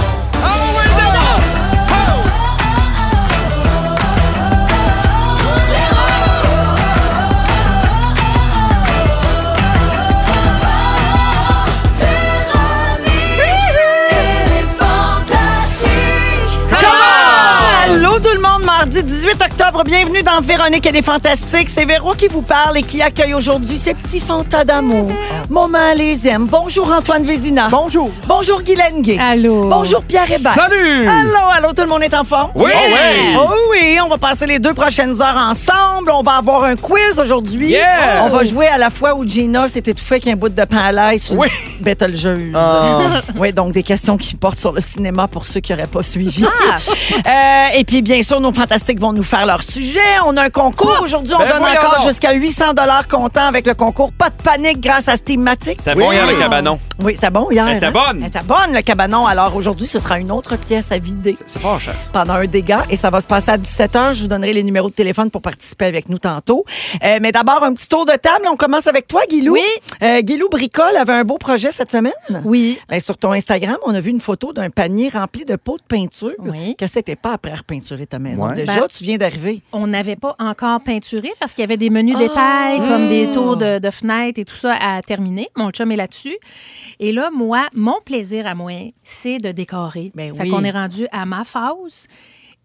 Allô tout le monde, mardi 18 octobre, bienvenue dans Véronique et les Fantastiques. C'est Véro qui vous parle et qui accueille aujourd'hui ces petits fantas d'amour. Maman les aime. Bonjour Antoine Vézina. Bonjour. Bonjour Guylaine Gay. Allô. Bonjour Pierre Eh ben. Hébert. Salut. Allô, allô, tout le monde est en forme? Oui. Oh, oui. Oh oui, on va passer les deux prochaines heures ensemble. On va avoir un quiz aujourd'hui. Yeah. On va jouer à la fois où Gina s'est étouffée avec un bout de pain à l'ail sur Oui. une Betelgeuse. Ah. Oui, donc des questions qui portent sur le cinéma pour ceux qui n'auraient pas suivi. Ah. Euh, et puis, bien sûr, nos fantastiques vont nous faire leur sujet. On a un concours aujourd'hui. On Ben donne voyons encore donc. jusqu'à 800 dollars comptant avec le concours. Pas de panique grâce à Stigmatic. T'as Oui. bon hier le cabanon. Oui, c'était bon hier. Elle était hein? bonne. Elle était bonne, le cabanon. Alors aujourd'hui, ce sera une autre pièce à vider C'est pas cher. ça. pendant un dégât et ça va se passer à 17h. Je vous donnerai les numéros de téléphone pour participer avec nous tantôt. Euh, mais d'abord, un petit tour de table. On commence avec toi, Guilou. Oui. Euh, Guilou Bricole avait un beau projet cette semaine. Oui. Ben, sur ton Instagram, on a vu une photo d'un panier rempli de pots de peinture. Oui. Que c'était pas après repeinturer ta maison. Ouais. Déjà, Ben- tu viens d'arriver. On n'avait pas encore peinturé parce qu'il y avait des menus Ah. détails Mm. comme des tours de, de fenêtres et tout ça à terminer. Mon chum est là-dessus. Et là, moi, mon plaisir à moi, c'est de décorer. Ben fait oui. qu'on est rendu à ma phase.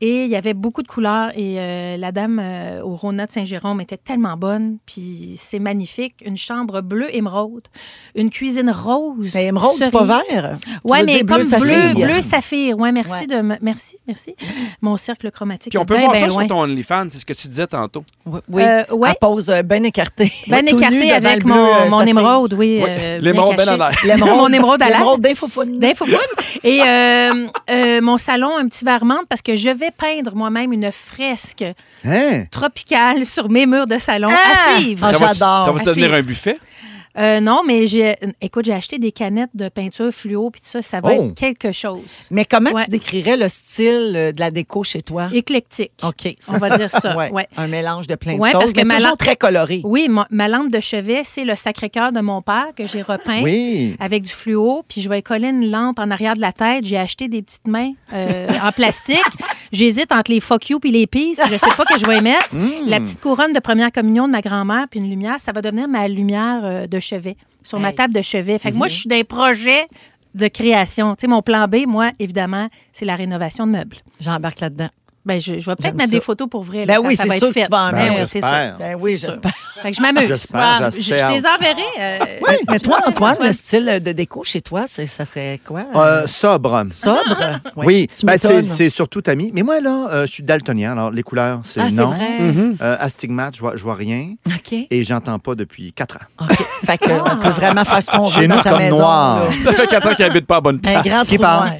Et il y avait beaucoup de couleurs. Et euh, la dame euh, au Rona de Saint-Jérôme était tellement bonne. Puis c'est magnifique. Une chambre bleue émeraude. Une cuisine rose. Mais Ben, émeraude, c'est pas cerise. vert. Tu Ouais, veux mais dire comme bleu, saphir. bleu saphir. Ouais, merci Ouais. de me- merci, merci. Mon cercle chromatique. Puis on est peut bien, voir bien ça loin. sur ton OnlyFans, c'est ce que tu disais tantôt. Oui. oui. Euh, ouais. À pause bien écartée. Ben Tout nu écarté devant avec le bleu, mon, euh, mon saphir. émeraude, oui. euh, bien L'émeraude caché. ben en l'air. mon émeraude à l'air. L'émeraude d'infophone. D'infofoon. Et euh, euh, mon salon, un petit vermande, parce que je vais peindre moi-même une fresque Hein? tropicale sur mes murs de salon à suivre. Ah, ça va, j'adore. ça va À devenir suivre. un buffet? Euh, non, mais j'ai, écoute, j'ai acheté des canettes de peinture fluo, puis tout ça, ça va Oh. être quelque chose. Mais comment Ouais. tu décrirais le style euh, de la déco chez toi? Éclectique. OK. On va dire ça. Ouais. ouais. Un mélange de plein de Ouais, choses, parce que mais ma Oh, toujours lampe- très coloré. Oui, ma, ma lampe de chevet, c'est le Sacré-Cœur de mon père que j'ai repeint. Oui. avec du fluo, puis je vais coller une lampe en arrière de la tête. J'ai acheté des petites mains euh, en plastique. J'hésite entre les fuck you puis les peace. Je sais pas que je vais mettre. Mm. La petite couronne de première communion de ma grand-mère puis une lumière, ça va devenir ma lumière euh, de chevet sur ma Hey. table de chevet. Fait que moi, je suis dans les projets de création. Tu sais, mon plan B, moi, évidemment, c'est la rénovation de meubles. J'embarque là-dedans. Ben, je, je vais peut-être J'aime mettre ça. des photos pour vrai. Ben Là, oui, quand ça c'est va sûr être que fait. tu vas en Ben mettre. oui, c'est sûr. J'espère. Ben oui, C'est sûr. j'espère. Fait que je m'amuse. J'espère, Ouais, je, je j'espère. les enverrai. euh, Mais toi, Antoine, Antoine. le style de déco chez toi, c'est- ça serait quoi? Euh, sobre. Ah. Sobre? Oui, Tu Ben, m'étonnes. c'est c'est surtout Tammy. Mais moi, là, euh, je suis daltonien, alors les couleurs, c'est Ah, c'est non. vrai. Euh, astigmate, je vois, je vois rien OK. et j'entends pas depuis quatre ans. OK. Fait que, on Ah. peut vraiment faire ce qu'on veut. Chez dans nous, sa comme maison, noir. là. Ça fait 4 ans qu'il habite pas à bonne Un place. grand trou Qui parle?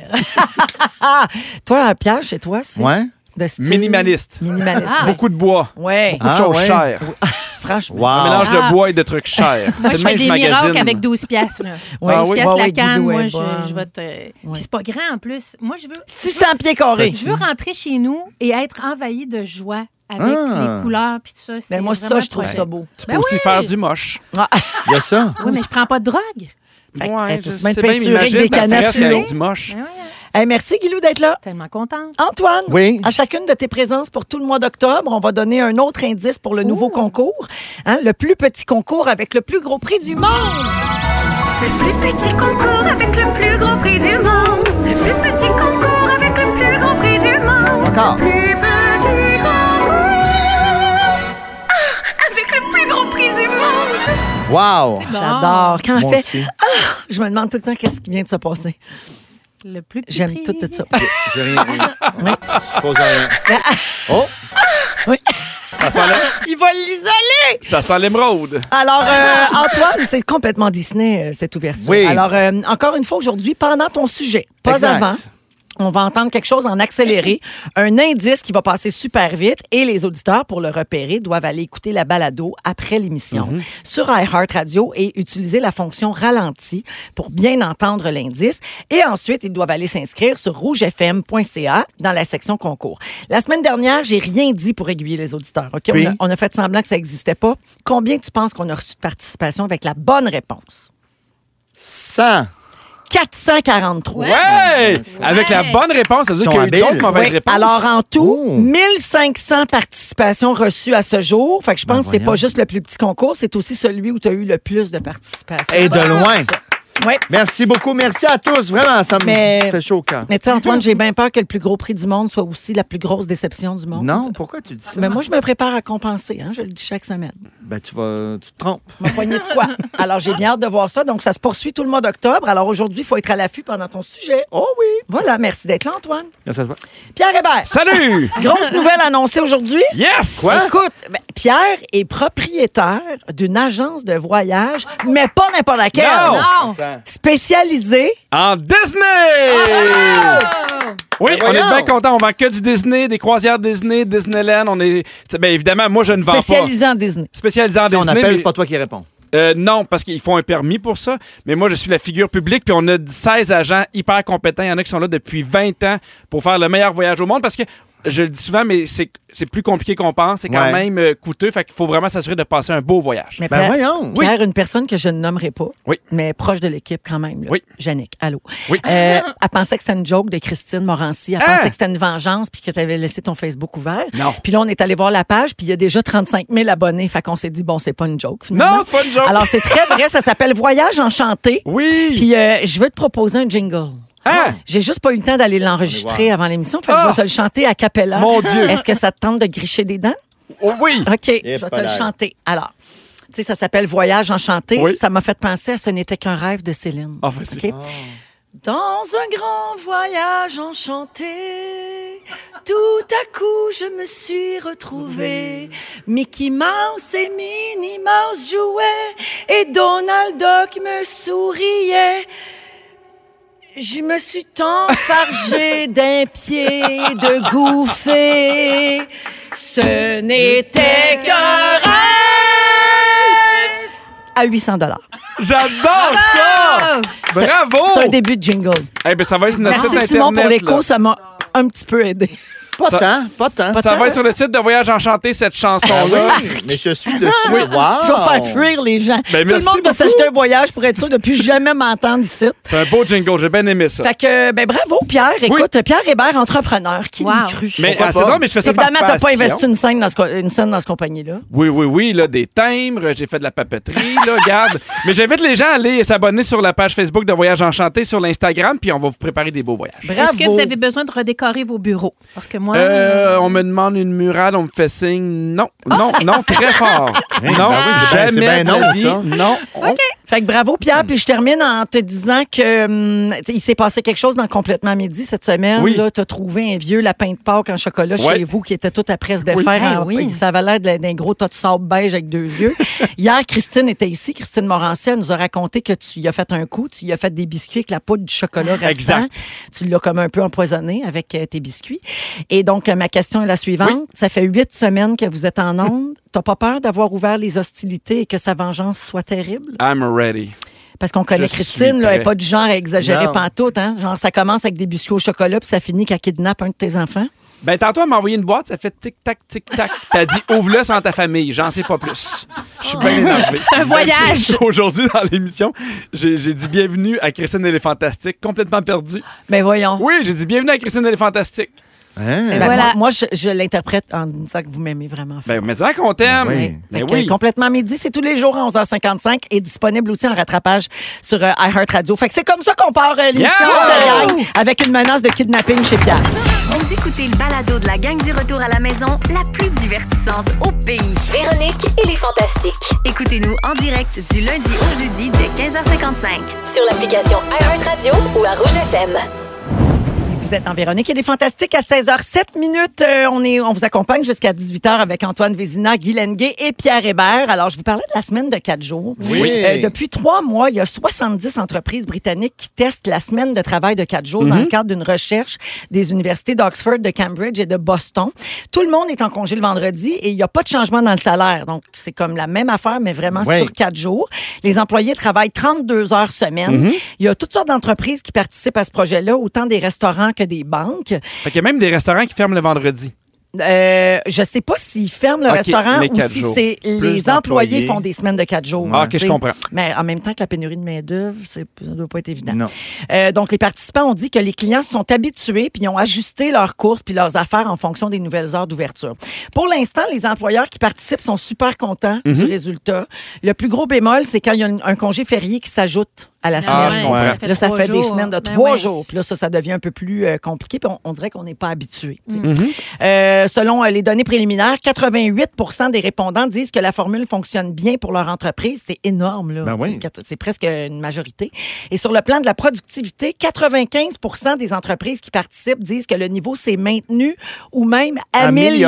noir. toi, Pierre, chez toi, c'est Ouais? de style... Minimaliste. Minimaliste. Ah. Beaucoup de bois. Ouais, Beaucoup de Ah, choses ouais. chères. franchement. Wow. Un mélange Ah. de bois et de trucs chers. C'est Moi, je le fais même des magazine. miracles avec 12 piastres. Là. Ouais. 12 piastres Ouais, ouais, la canne, Guilou moi, est je, bonne. je vais te... Puis c'est pas grand, en plus. Moi, je veux, 600 pieds carrés. je veux rentrer chez nous et être envahie de joie avec Ah. les couleurs puis tout ça. Mais C'est Ben, moi, ça, vraiment je trouve pas- ça beau. Tu peux Ben aussi oui. faire du moche. Il y a ça. Oui, mais Ben je prends pas de drogue. Fait que, Ouais, elle peut je se mettre sais bien, peinturer avec imagine des ta canettes fresque fluo. avec du moche. Ben ouais, Hey, merci, Guilou, d'être là. tellement contente. Antoine, Oui. à chacune de tes présences pour tout le mois d'octobre, on va donner un autre indice pour le nouveau concours. Hein, le plus petit concours avec le plus gros prix du monde. Le plus petit concours avec le plus gros prix du monde. Le plus petit concours avec le plus gros prix du monde. Encore. Le plus petit concours ah, avec le plus gros prix du monde. Wow. Bon, J'adore. Quand elle Moi fait, ah, aussi. je me demande tout le temps qu'est-ce qui vient de se passer. Le plus petit J'aime prix. tout, tout ça. J'ai rien. Je suppose rien. Oh, Ça sent la- Il va l'isoler. ça sent l'émeraude. Alors, euh, Antoine, c'est complètement Disney, euh, cette ouverture. Oui. Alors, euh, encore une fois, aujourd'hui, pendant ton sujet, pas Exact. avant, on va entendre quelque chose en accéléré, un indice qui va passer super vite et les auditeurs, pour le repérer, doivent aller écouter la balado après l'émission sur iHeartRadio et utiliser la fonction ralenti pour bien entendre l'indice. Et ensuite, ils doivent aller s'inscrire sur rougefm.ca dans la section concours. La semaine dernière, j'ai rien dit pour aiguiller les auditeurs. OK? On, a, Puis? on a fait semblant que ça n'existait pas. Combien tu penses qu'on a reçu de participation avec la bonne réponse? 100. 443. Ouais! Avec la bonne réponse, ça veut dire qu'il y a Ils sont eu d'autres habiles. mauvaises Oui. réponses. Alors, en tout, Oh. 1500 participations reçues à ce jour. Fait que je pense que c'est Ben voyons. pas juste le plus petit concours, c'est aussi celui où tu as eu le plus de participations. Et de loin. Oui. Merci beaucoup. Merci à tous. Vraiment, ça me Mais- fait chaud au cœur. Mais tu sais, Antoine, j'ai bien peur que le plus gros prix du monde soit aussi la plus grosse déception du monde. Non, pourquoi tu dis ça? Mais moi, je me prépare à compenser, hein, je le dis chaque semaine. Ben, tu, vas, tu te trompes. Ma poignée de quoi? Alors, j'ai bien hâte de voir ça. Donc, ça se poursuit tout le mois d'octobre. Alors, aujourd'hui, il faut être à l'affût pendant ton sujet. Oh oui. Voilà, merci d'être là, Antoine. Merci à toi. Pierre Hébert, Salut! grosse nouvelle annoncée aujourd'hui. Yes! Écoute, ben, Pierre est propriétaire d'une agence de voyage, mais pas n'importe laquelle. Non! Non! Attends. Spécialisée. En Disney! oui, Oh! Mais on est Ah, ben voyons! bien content. On vend que du Disney, des croisières Disney, Disneyland. On est. Bien évidemment, moi, je ne vends pas. Spécialisée en Disney. Spécialisé en Si on Disney. appelle, mais- c'est pas toi qui réponds. Euh, non, parce qu'ils font un permis pour ça. Mais moi, je suis la figure publique. Puis on a 16 agents hyper compétents. Il y en a qui sont là depuis 20 ans pour faire le meilleur voyage au monde. Parce que je le dis souvent, mais c'est c'est plus compliqué qu'on pense. C'est quand Ouais. même euh, coûteux. Fait qu'il faut vraiment s'assurer de passer un beau voyage. Mais Ben Pierre- voyons. Pierre, une personne que je ne nommerai pas, Oui. mais proche de l'équipe quand même. Là. Oui. Yannick, allô. Oui. Euh, elle pensait que c'était une joke de Christine Morancy. Elle Hein? pensait que c'était une vengeance puis que tu avais laissé ton Facebook ouvert. Non. Puis là, on est allé voir la page puis il y a déjà 35 000 abonnés. Fait qu'on s'est dit, bon, c'est pas une joke. Finalement. Non, c'est pas une joke. Alors, c'est très vrai. Ça s'appelle Voyage enchanté. Oui! Puis euh, je veux te proposer un jingle. Ah. Hein? J'ai juste pas eu le temps d'aller l'enregistrer avant l'émission. Fait que je vais Ah! te le chanter à cappella. Mon Dieu. Est-ce que ça te tente de gricher des dents? Oh oui! OK, je vais te le palais. chanter. Alors, tu sais, ça s'appelle Voyage enchanté. Oui. Ça m'a fait penser à Ce n'était qu'un rêve de Céline. Ah, vas-y. OK? Dans un grand voyage enchanté, tout à coup je me suis retrouvée. Mickey Mouse et Minnie Mouse jouaient et Donald Duck me souriait. Je me suis tant fargée d'un pied de gouffer. Ce n'était qu'un rêve à 800 dollars. J'adore ça! Bravo! C'est un début de jingle. Eh bien, ça va être sur notre Merci site Simon pour Internet, l'écho, là. ça m'a un petit peu aidé. Pas tant, pas tant. Pas Ça tant, va être sur le site de Voyage Enchanté, cette chanson-là. Ah oui, Mais je suis dessus. Wow. Je vais faire fuir les gens. Ah. Ben, Tout le merci monde va beaucoup. s'acheter un voyage pour être sûr de plus jamais m'entendre ici. C'est un beau jingle, j'ai bien aimé ça. Fait que, ben bravo Pierre. Écoute, Pierre Hébert, entrepreneur, qui l'a Wow. cru? Mais Pourquoi ah, c'est pas? drôle, mais je fais ça Évidemment, par t'as pas passion. investi une scène dans ce, co- une scène dans ce compagnie-là. Oui, oui, oui, là, des timbres, j'ai fait de la papeterie, là, regarde. Mais j'invite les gens à aller s'abonner sur la page Facebook de Voyage Enchanté, sur l'Instagram, puis on va vous préparer des beaux voyages. Bravo. Est-ce que vous avez besoin de redécorer vos bureaux? Parce que moi. Euh, on me demande une murale, on me fait signe. Non, non, non, très fort. Hein, non, ben oui, c'est ben- c'est jamais. ben de la non, vie. ça. Non. Fait que bravo Pierre, puis je termine en te disant que hum, tu sais, il s'est passé quelque chose dans complètement midi cette semaine. Oui. Là, t'as trouvé un vieux lapin de Pâques en chocolat Ouais. chez vous qui était tout à presse de Ah faire. oui. Ça avait l'air de- d'un gros tas de sable beige avec deux yeux. Hier, Christine était ici. Christine Morancet elle nous a raconté que tu y as fait un coup, tu y as fait des biscuits avec la poudre du chocolat restant. Exact. Tu l'as comme un peu empoisonné avec euh, tes biscuits. Et donc euh, ma question est la suivante. Oui. Ça fait huit semaines que vous êtes en onde. T'as pas peur d'avoir ouvert les hostilités et que sa vengeance soit terrible? I'm ready. Parce qu'on connaît Je Christine, suis là, elle n'est prêt. pas du genre à exagérer Non. pantoute. Hein? Genre, ça commence avec des biscuits au chocolat, puis ça finit qu'elle kidnappe un de tes enfants. Ben, tantôt, elle m'a envoyé une boîte, ça fait tic-tac, tic-tac. T'as dit, ouvre-le sans ta famille, j'en sais pas plus. Je suis bien énervé. C'est un voyage. Aujourd'hui, dans l'émission, j'ai j'ai dit bienvenue à Christine et les Fantastiques, complètement perdue. Mais Ben, voyons. Oui, j'ai dit bienvenue à Christine et les Fantastiques. Hein? Ben, Voilà. Moi, moi, je, je l'interprète en disant que vous m'aimez vraiment. Ben, mais c'est qu'on t'aime. Ben oui. Ben Fait que, oui. Complètement midi, c'est tous les jours à 11h55 et disponible aussi en rattrapage sur euh, iHeartRadio. Fait que c'est comme ça qu'on part euh, l'émission Yeah! de Gang, avec une menace de kidnapping chez Pierre. Vous écoutez le balado de la gang du retour à la maison, la plus divertissante au pays. Véronique et les Fantastiques. Écoutez-nous en direct du lundi au jeudi dès 15h55. Sur l'application iHeartRadio ou à Rouge FM. Vous êtes en Véronique. Il est fantastique à 16h07 minutes. Euh, on, est, on vous accompagne jusqu'à 18h avec Antoine Vézina, Guy Lenguet et Pierre Hébert. Alors, je vous parlais de la semaine de quatre jours. Oui. Euh, depuis trois mois, il y a 70 entreprises britanniques qui testent la semaine de travail de quatre jours Mhm. dans le cadre d'une recherche des universités d'Oxford, de Cambridge et de Boston. Tout le monde est en congé le vendredi et il n'y a pas de changement dans le salaire. Donc, c'est comme la même affaire, mais vraiment Oui. sur quatre jours. Les employés travaillent 32 heures semaine. Mhm. Il y a toutes sortes d'entreprises qui participent à ce projet-là, autant des restaurants que des banques. Fait qu'il y a même des restaurants qui ferment le vendredi. Euh, je sais pas s'ils ferment le Ok, restaurant mais ou quatre si jours. c'est les employés, d'employés. font des semaines de quatre jours. Ah, hein, ok, tu je sais. comprends. Mais en même temps que la pénurie de main-d'œuvre, c'est- ça doit pas être évident. Non. Euh, donc, les participants ont dit que les clients se sont habitués puis ils ont ajusté leurs courses puis leurs affaires en fonction des nouvelles heures d'ouverture. Pour l'instant, les employeurs qui participent sont super contents du résultat. Le plus gros bémol, c'est quand il y a un, un congé férié qui s'ajoute à la semaine. Ah, je comprends. ça fait Là, ça trois fait des jours. semaines de Ben trois ouais. jours. Puis là, ça, ça devient un peu plus euh, compliqué. Puis on, on dirait qu'on n'est pas habitué. tu sais. Mhm. Euh, selon euh, les données préliminaires, 88 des répondants disent que la formule fonctionne bien pour leur entreprise. C'est énorme, là. Ben oui. C'est quatre- C'est presque une majorité. Et sur le plan de la productivité, 95 des entreprises qui participent disent que le niveau s'est maintenu ou même amélioré.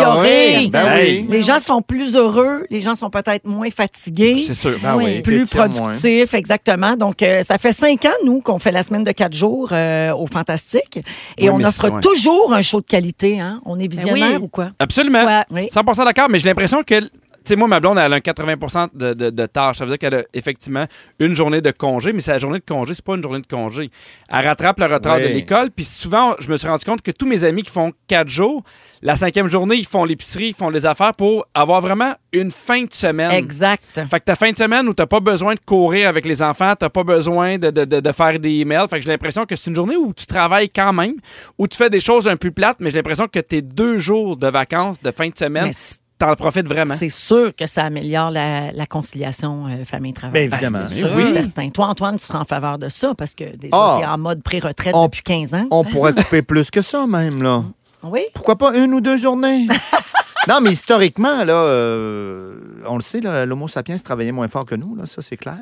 Amélioré. Ben Hey. oui. Les gens sont plus heureux, les gens sont peut-être moins fatigués C'est sûr. Ben Oui. oui. plus t'étires moins. productif, exactement. Donc, euh, ça fait cinq ans, nous, qu'on fait la semaine de quatre jours euh, au Fantastique. Et Oui, on mais offre c'est- ouais. toujours un show de qualité. Hein? On est visionnaire oui. ou quoi? Absolument. Ouais. Oui. 100 d'accord, mais j'ai l'impression que, tu sais, moi, ma blonde, elle a un 80 de, de, de tâches. Ça veut dire qu'elle a effectivement une journée de congé, mais sa journée de congé, c'est pas une journée de congé. Elle rattrape le retard Oui. de l'école, puis souvent, je me suis rendu compte que tous mes amis qui font quatre jours, la cinquième journée, ils font l'épicerie, ils font les affaires pour avoir vraiment une fin de semaine. Exact. Fait que ta fin de semaine où t'as pas besoin de courir avec les enfants, t'as pas besoin de, de- de- de faire des emails. Fait que j'ai l'impression que c'est une journée où tu travailles quand même, où tu fais des choses un peu plates, mais j'ai l'impression que tes deux jours de vacances, de fin de semaine, Mais c- t'en profites vraiment. c'est sûr que ça améliore la, la conciliation euh, famille-travail. Bien évidemment. C'est sûr, Ben, Oui. c'est certain. Toi, Antoine, tu seras en faveur de ça parce que déjà, Ah. t'es en mode pré-retraite On- depuis 15 ans. On pourrait couper plus que ça, même, là. Oui? Pourquoi pas une ou deux journées? non, mais historiquement, là, euh, on le sait, là, l'homo sapiens travaillait moins fort que nous, là, ça, c'est clair.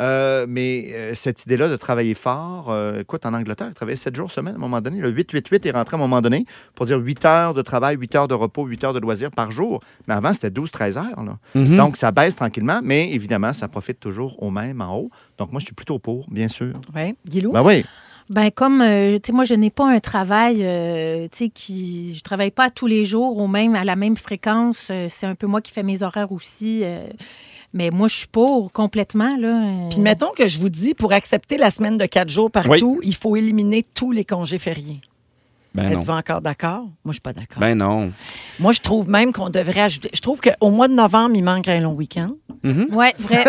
Euh, mais euh, cette idée-là de travailler fort, euh, écoute, en Angleterre, ils travaillaient sept jours semaine à un moment donné. Le 8-8-8 est rentré à un moment donné pour dire 8 heures de travail, 8 heures de repos, 8 heures de loisirs par jour. Mais avant, c'était 12-13 heures. Là. Mhm. Hmm. Donc, ça baisse tranquillement, mais évidemment, ça profite toujours au même en haut. Donc, moi, je suis plutôt pour, bien sûr. Oui. Guilou? Ben oui. Ben comme, euh, tu sais, moi, je n'ai pas un travail, euh, tu sais, qui... Je travaille pas tous les jours au même, à la même fréquence. Euh, C'est un peu moi qui fais mes horaires aussi. euh, mais moi, je suis pour complètement, là. euh, Puis mettons que je vous dis, pour accepter la semaine de quatre jours partout, il faut éliminer tous les congés fériés. Ben Êtes-vous encore d'accord? Moi, je suis pas d'accord. Ben non. Moi, je trouve même qu'on devrait ajouter. Je trouve qu'au mois de novembre, il manque un long week-end. Mhm. Ouais, vrai.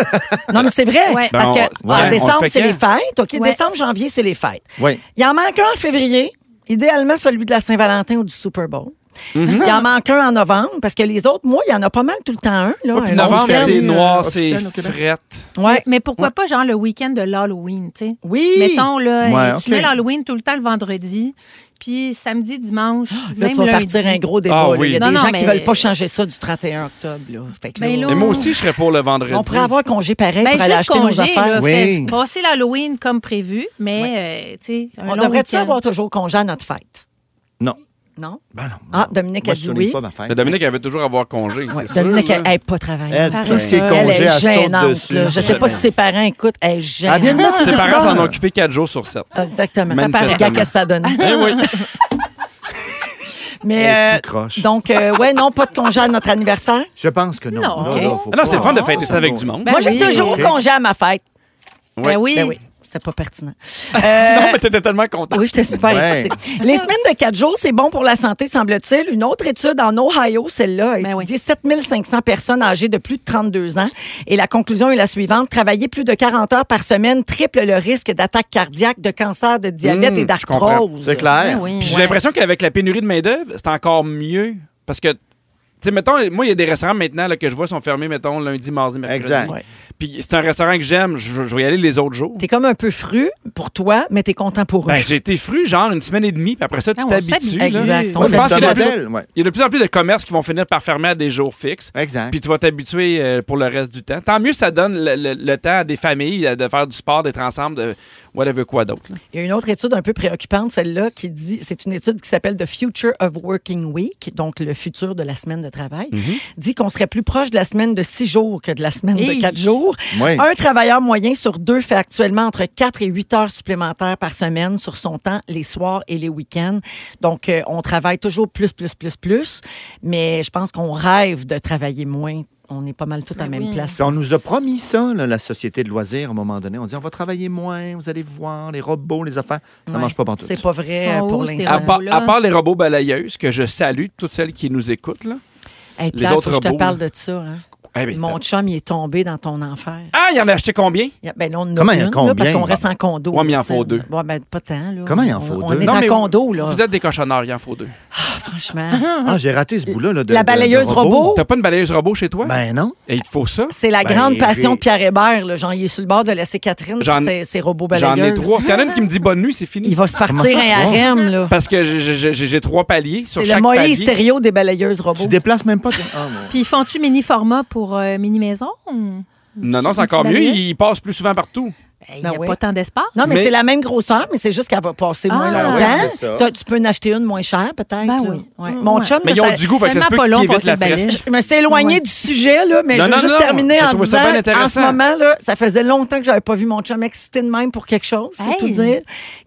Non, mais c'est vrai. Ouais. Parce que Ben, on- ouais, on en le décembre, fait c'est quand? les fêtes. OK, Ouais. décembre, janvier, c'est les fêtes. Oui. Il en manque un en février, idéalement celui de la Saint-Valentin ou du Super Bowl. Mm-hmm. Il en manque un en novembre, parce que les autres, moi, il y en a pas mal tout le temps un. Là, Ouais, un Oh, puis novembre, week-end. officiel, c'est euh, noir, c'est officiel au Québec. frette. Ouais. Mais pourquoi pas, genre, le week-end de l'Halloween, tu sais? Oui. Mettons, là, Ouais, euh, tu ok. mets l'Halloween tout le temps le vendredi, puis samedi, dimanche, Ah, Là, même tu vas lundi. partir un gros débat. Ah là. Il y a oui. des Non, non, gens qui mais- veulent pas changer ça du 31 octobre. là. Fait que Ben, là, là, Mais moi aussi, je serais pour le vendredi. Oh. on pourrait avoir congé pareil Ben, pour aller juste acheter nos congé, affaires. là, Oui. fait- passer l'Halloween comme prévu, mais, euh, tu sais, un On long devrait-tu week-end. avoir toujours congé à notre fête? Non. Non? Ben non. Ah, Dominique Moi, a je dit souligne oui. pas ma fête. Mais Dominique, elle veut toujours avoir congé. Ouais, c'est sûr, Dominique, là. elle elle est pas travaillée. Elle, Pareil. tout ce qui est Elle Elle congé, est elle saute gênante. dessus. là. Je sais pas si ses parents écoutent. Elle est Ah, bien, bien, gênante. tu Ses sais, parents encore. s'en ont occupé quatre jours sur sept. Exactement. Ça Manifestement. paraît. Regarde qu'est-ce que ça donne. Eh oui. Mais Elle est euh, tout croche. donc, euh, ouais, non, pas de congé à notre anniversaire. Je pense que non. Non. Là, Ok. là, faut Ah non, c'est pas. le fun de Ah, fêter non. ça avec du monde. Ben Moi, j'ai oui. toujours Ok. congé à ma fête. Ben oui. Ben oui, c'est pas pertinent. Euh, Non, mais t'étais tellement content. Oui, j'étais super Ouais. excitée. Les semaines de quatre jours, c'est bon pour la santé, semble-t-il. Une autre étude en Ohio, celle-là, a Ben étudié oui. 7500 personnes âgées de plus de 32 ans. Et la conclusion est la suivante. Travailler plus de 40 heures par semaine triple le risque d'attaque cardiaque, de cancer, de diabète Mmh, et je comprends. d'arthrose. C'est Ben clair. Puis oui, ouais. j'ai l'impression qu'avec la pénurie de main-d'œuvre, c'est encore mieux. Parce que, tu sais, mettons, moi, il y a des restaurants maintenant là, que je vois sont fermés, mettons, lundi, mardi, mercredi. Exact. Ouais. Puis c'est un restaurant que j'aime, je, je vais y aller les autres jours. T'es comme un peu fru pour toi, mais t'es content pour eux. Ben, j'ai été fru, genre, une semaine et demie, puis après ça, tu Ah, on t'habitues. s'habitue. là. Exact. Ouais, On mais pense c'est un qu'il y a plus- modèle. ouais. Il y a de plus en plus de commerces qui vont finir par fermer à des jours fixes. Exact. Puis tu vas t'habituer euh, pour le reste du temps. Tant mieux, ça donne le, le- le temps à des familles euh, de faire du sport, d'être ensemble, de whatever quoi d'autre. là. Il y a une autre étude un peu préoccupante, celle-là, qui dit, c'est une étude qui s'appelle The Future of Working Week, donc le futur de la semaine de travail, Mm-hmm. dit qu'on serait plus proche de la semaine de six jours que de la semaine Hey. de quatre jours. Ouais. Un travailleur moyen sur deux fait actuellement entre 4 et 8 heures supplémentaires par semaine sur son temps, les soirs et les week-ends. Donc, euh, on travaille toujours plus, plus, plus, plus, mais je pense qu'on rêve de travailler moins. On est pas mal tous à la Mais même Ah oui. place. Puis on nous a promis ça, là, la société de loisirs, à un moment donné. On dit on va travailler moins, vous allez voir, les robots, les affaires. Ça ne Ouais. marche pas pantoute. C'est pas vrai Ils sont euh, pour hauts, ces l'instant. À, Ouais. part, Là. à part les robots balayeuses, que je salue, toutes celles qui nous écoutent. Là. Hey, Les Pierre, faut autres que je te robots, parle de ça. hein. Eh ben, Mon chum, il est tombé dans ton enfer. Ah, il en a acheté combien? Il y a- Ben là, on en a Comment il y a une, là, combien, parce qu'on Bob? reste en condo. Ouais, mais il en là, faut tu sais. deux. Ouais, ben, pas tant, là. Comment il en On- faut on deux? est Non, en mais condo, là. Vous êtes des cochonneurs, il en faut deux. Franchement. Ah, j'ai raté ce bout-là. là, de- Euh, La de- de balayeuse robot. T'as pas une balayeuse robot chez toi? Ben non. Et il te faut ça? C'est la Ben, grande passion j'ai- de Pierre Hébert, là. Genre, il est sur le bord de laisser Catherine, J'en- puis ses, ses robots J'en balayeurs. ai trois. S'il y en a une qui me dit bonne nuit, c'est fini. Il va se Comment partir ça, un trois? harem, là. Parce que j'ai- j'ai j'ai- j'ai trois paliers sur C'est chaque le Moïse palier. stéréo des balayeuses robots. Tu déplaces même pas. ton- Ah, mon- Puis font-tu mini format pour euh, mini maison? Non, non, c'est Une petite encore mieux. balayette? Il passe plus souvent partout. Il n'y Ben a oui. pas tant d'espace. Non, mais, Mais- c'est la même grosseur, mais c'est juste qu'elle va passer moins Ah, longtemps. oui, c'est ça. T'as- tu peux en acheter une moins chère, peut-être. Ben là. oui. Ouais. Mm, Mon ouais. chum, Mais ils ça- ont du goût, fait que ça se tellement peut pas long qu'ils pour évitent se la balayer. fresque. Je me suis éloignée Ouais. du sujet, là, mais Non, je veux non, juste non, terminer j'ai en trouvé ça disant, bien en intéressant. ce moment, là, ça faisait longtemps que j'avais pas vu mon chum excité de même pour quelque chose, c'est Hey. tout dire.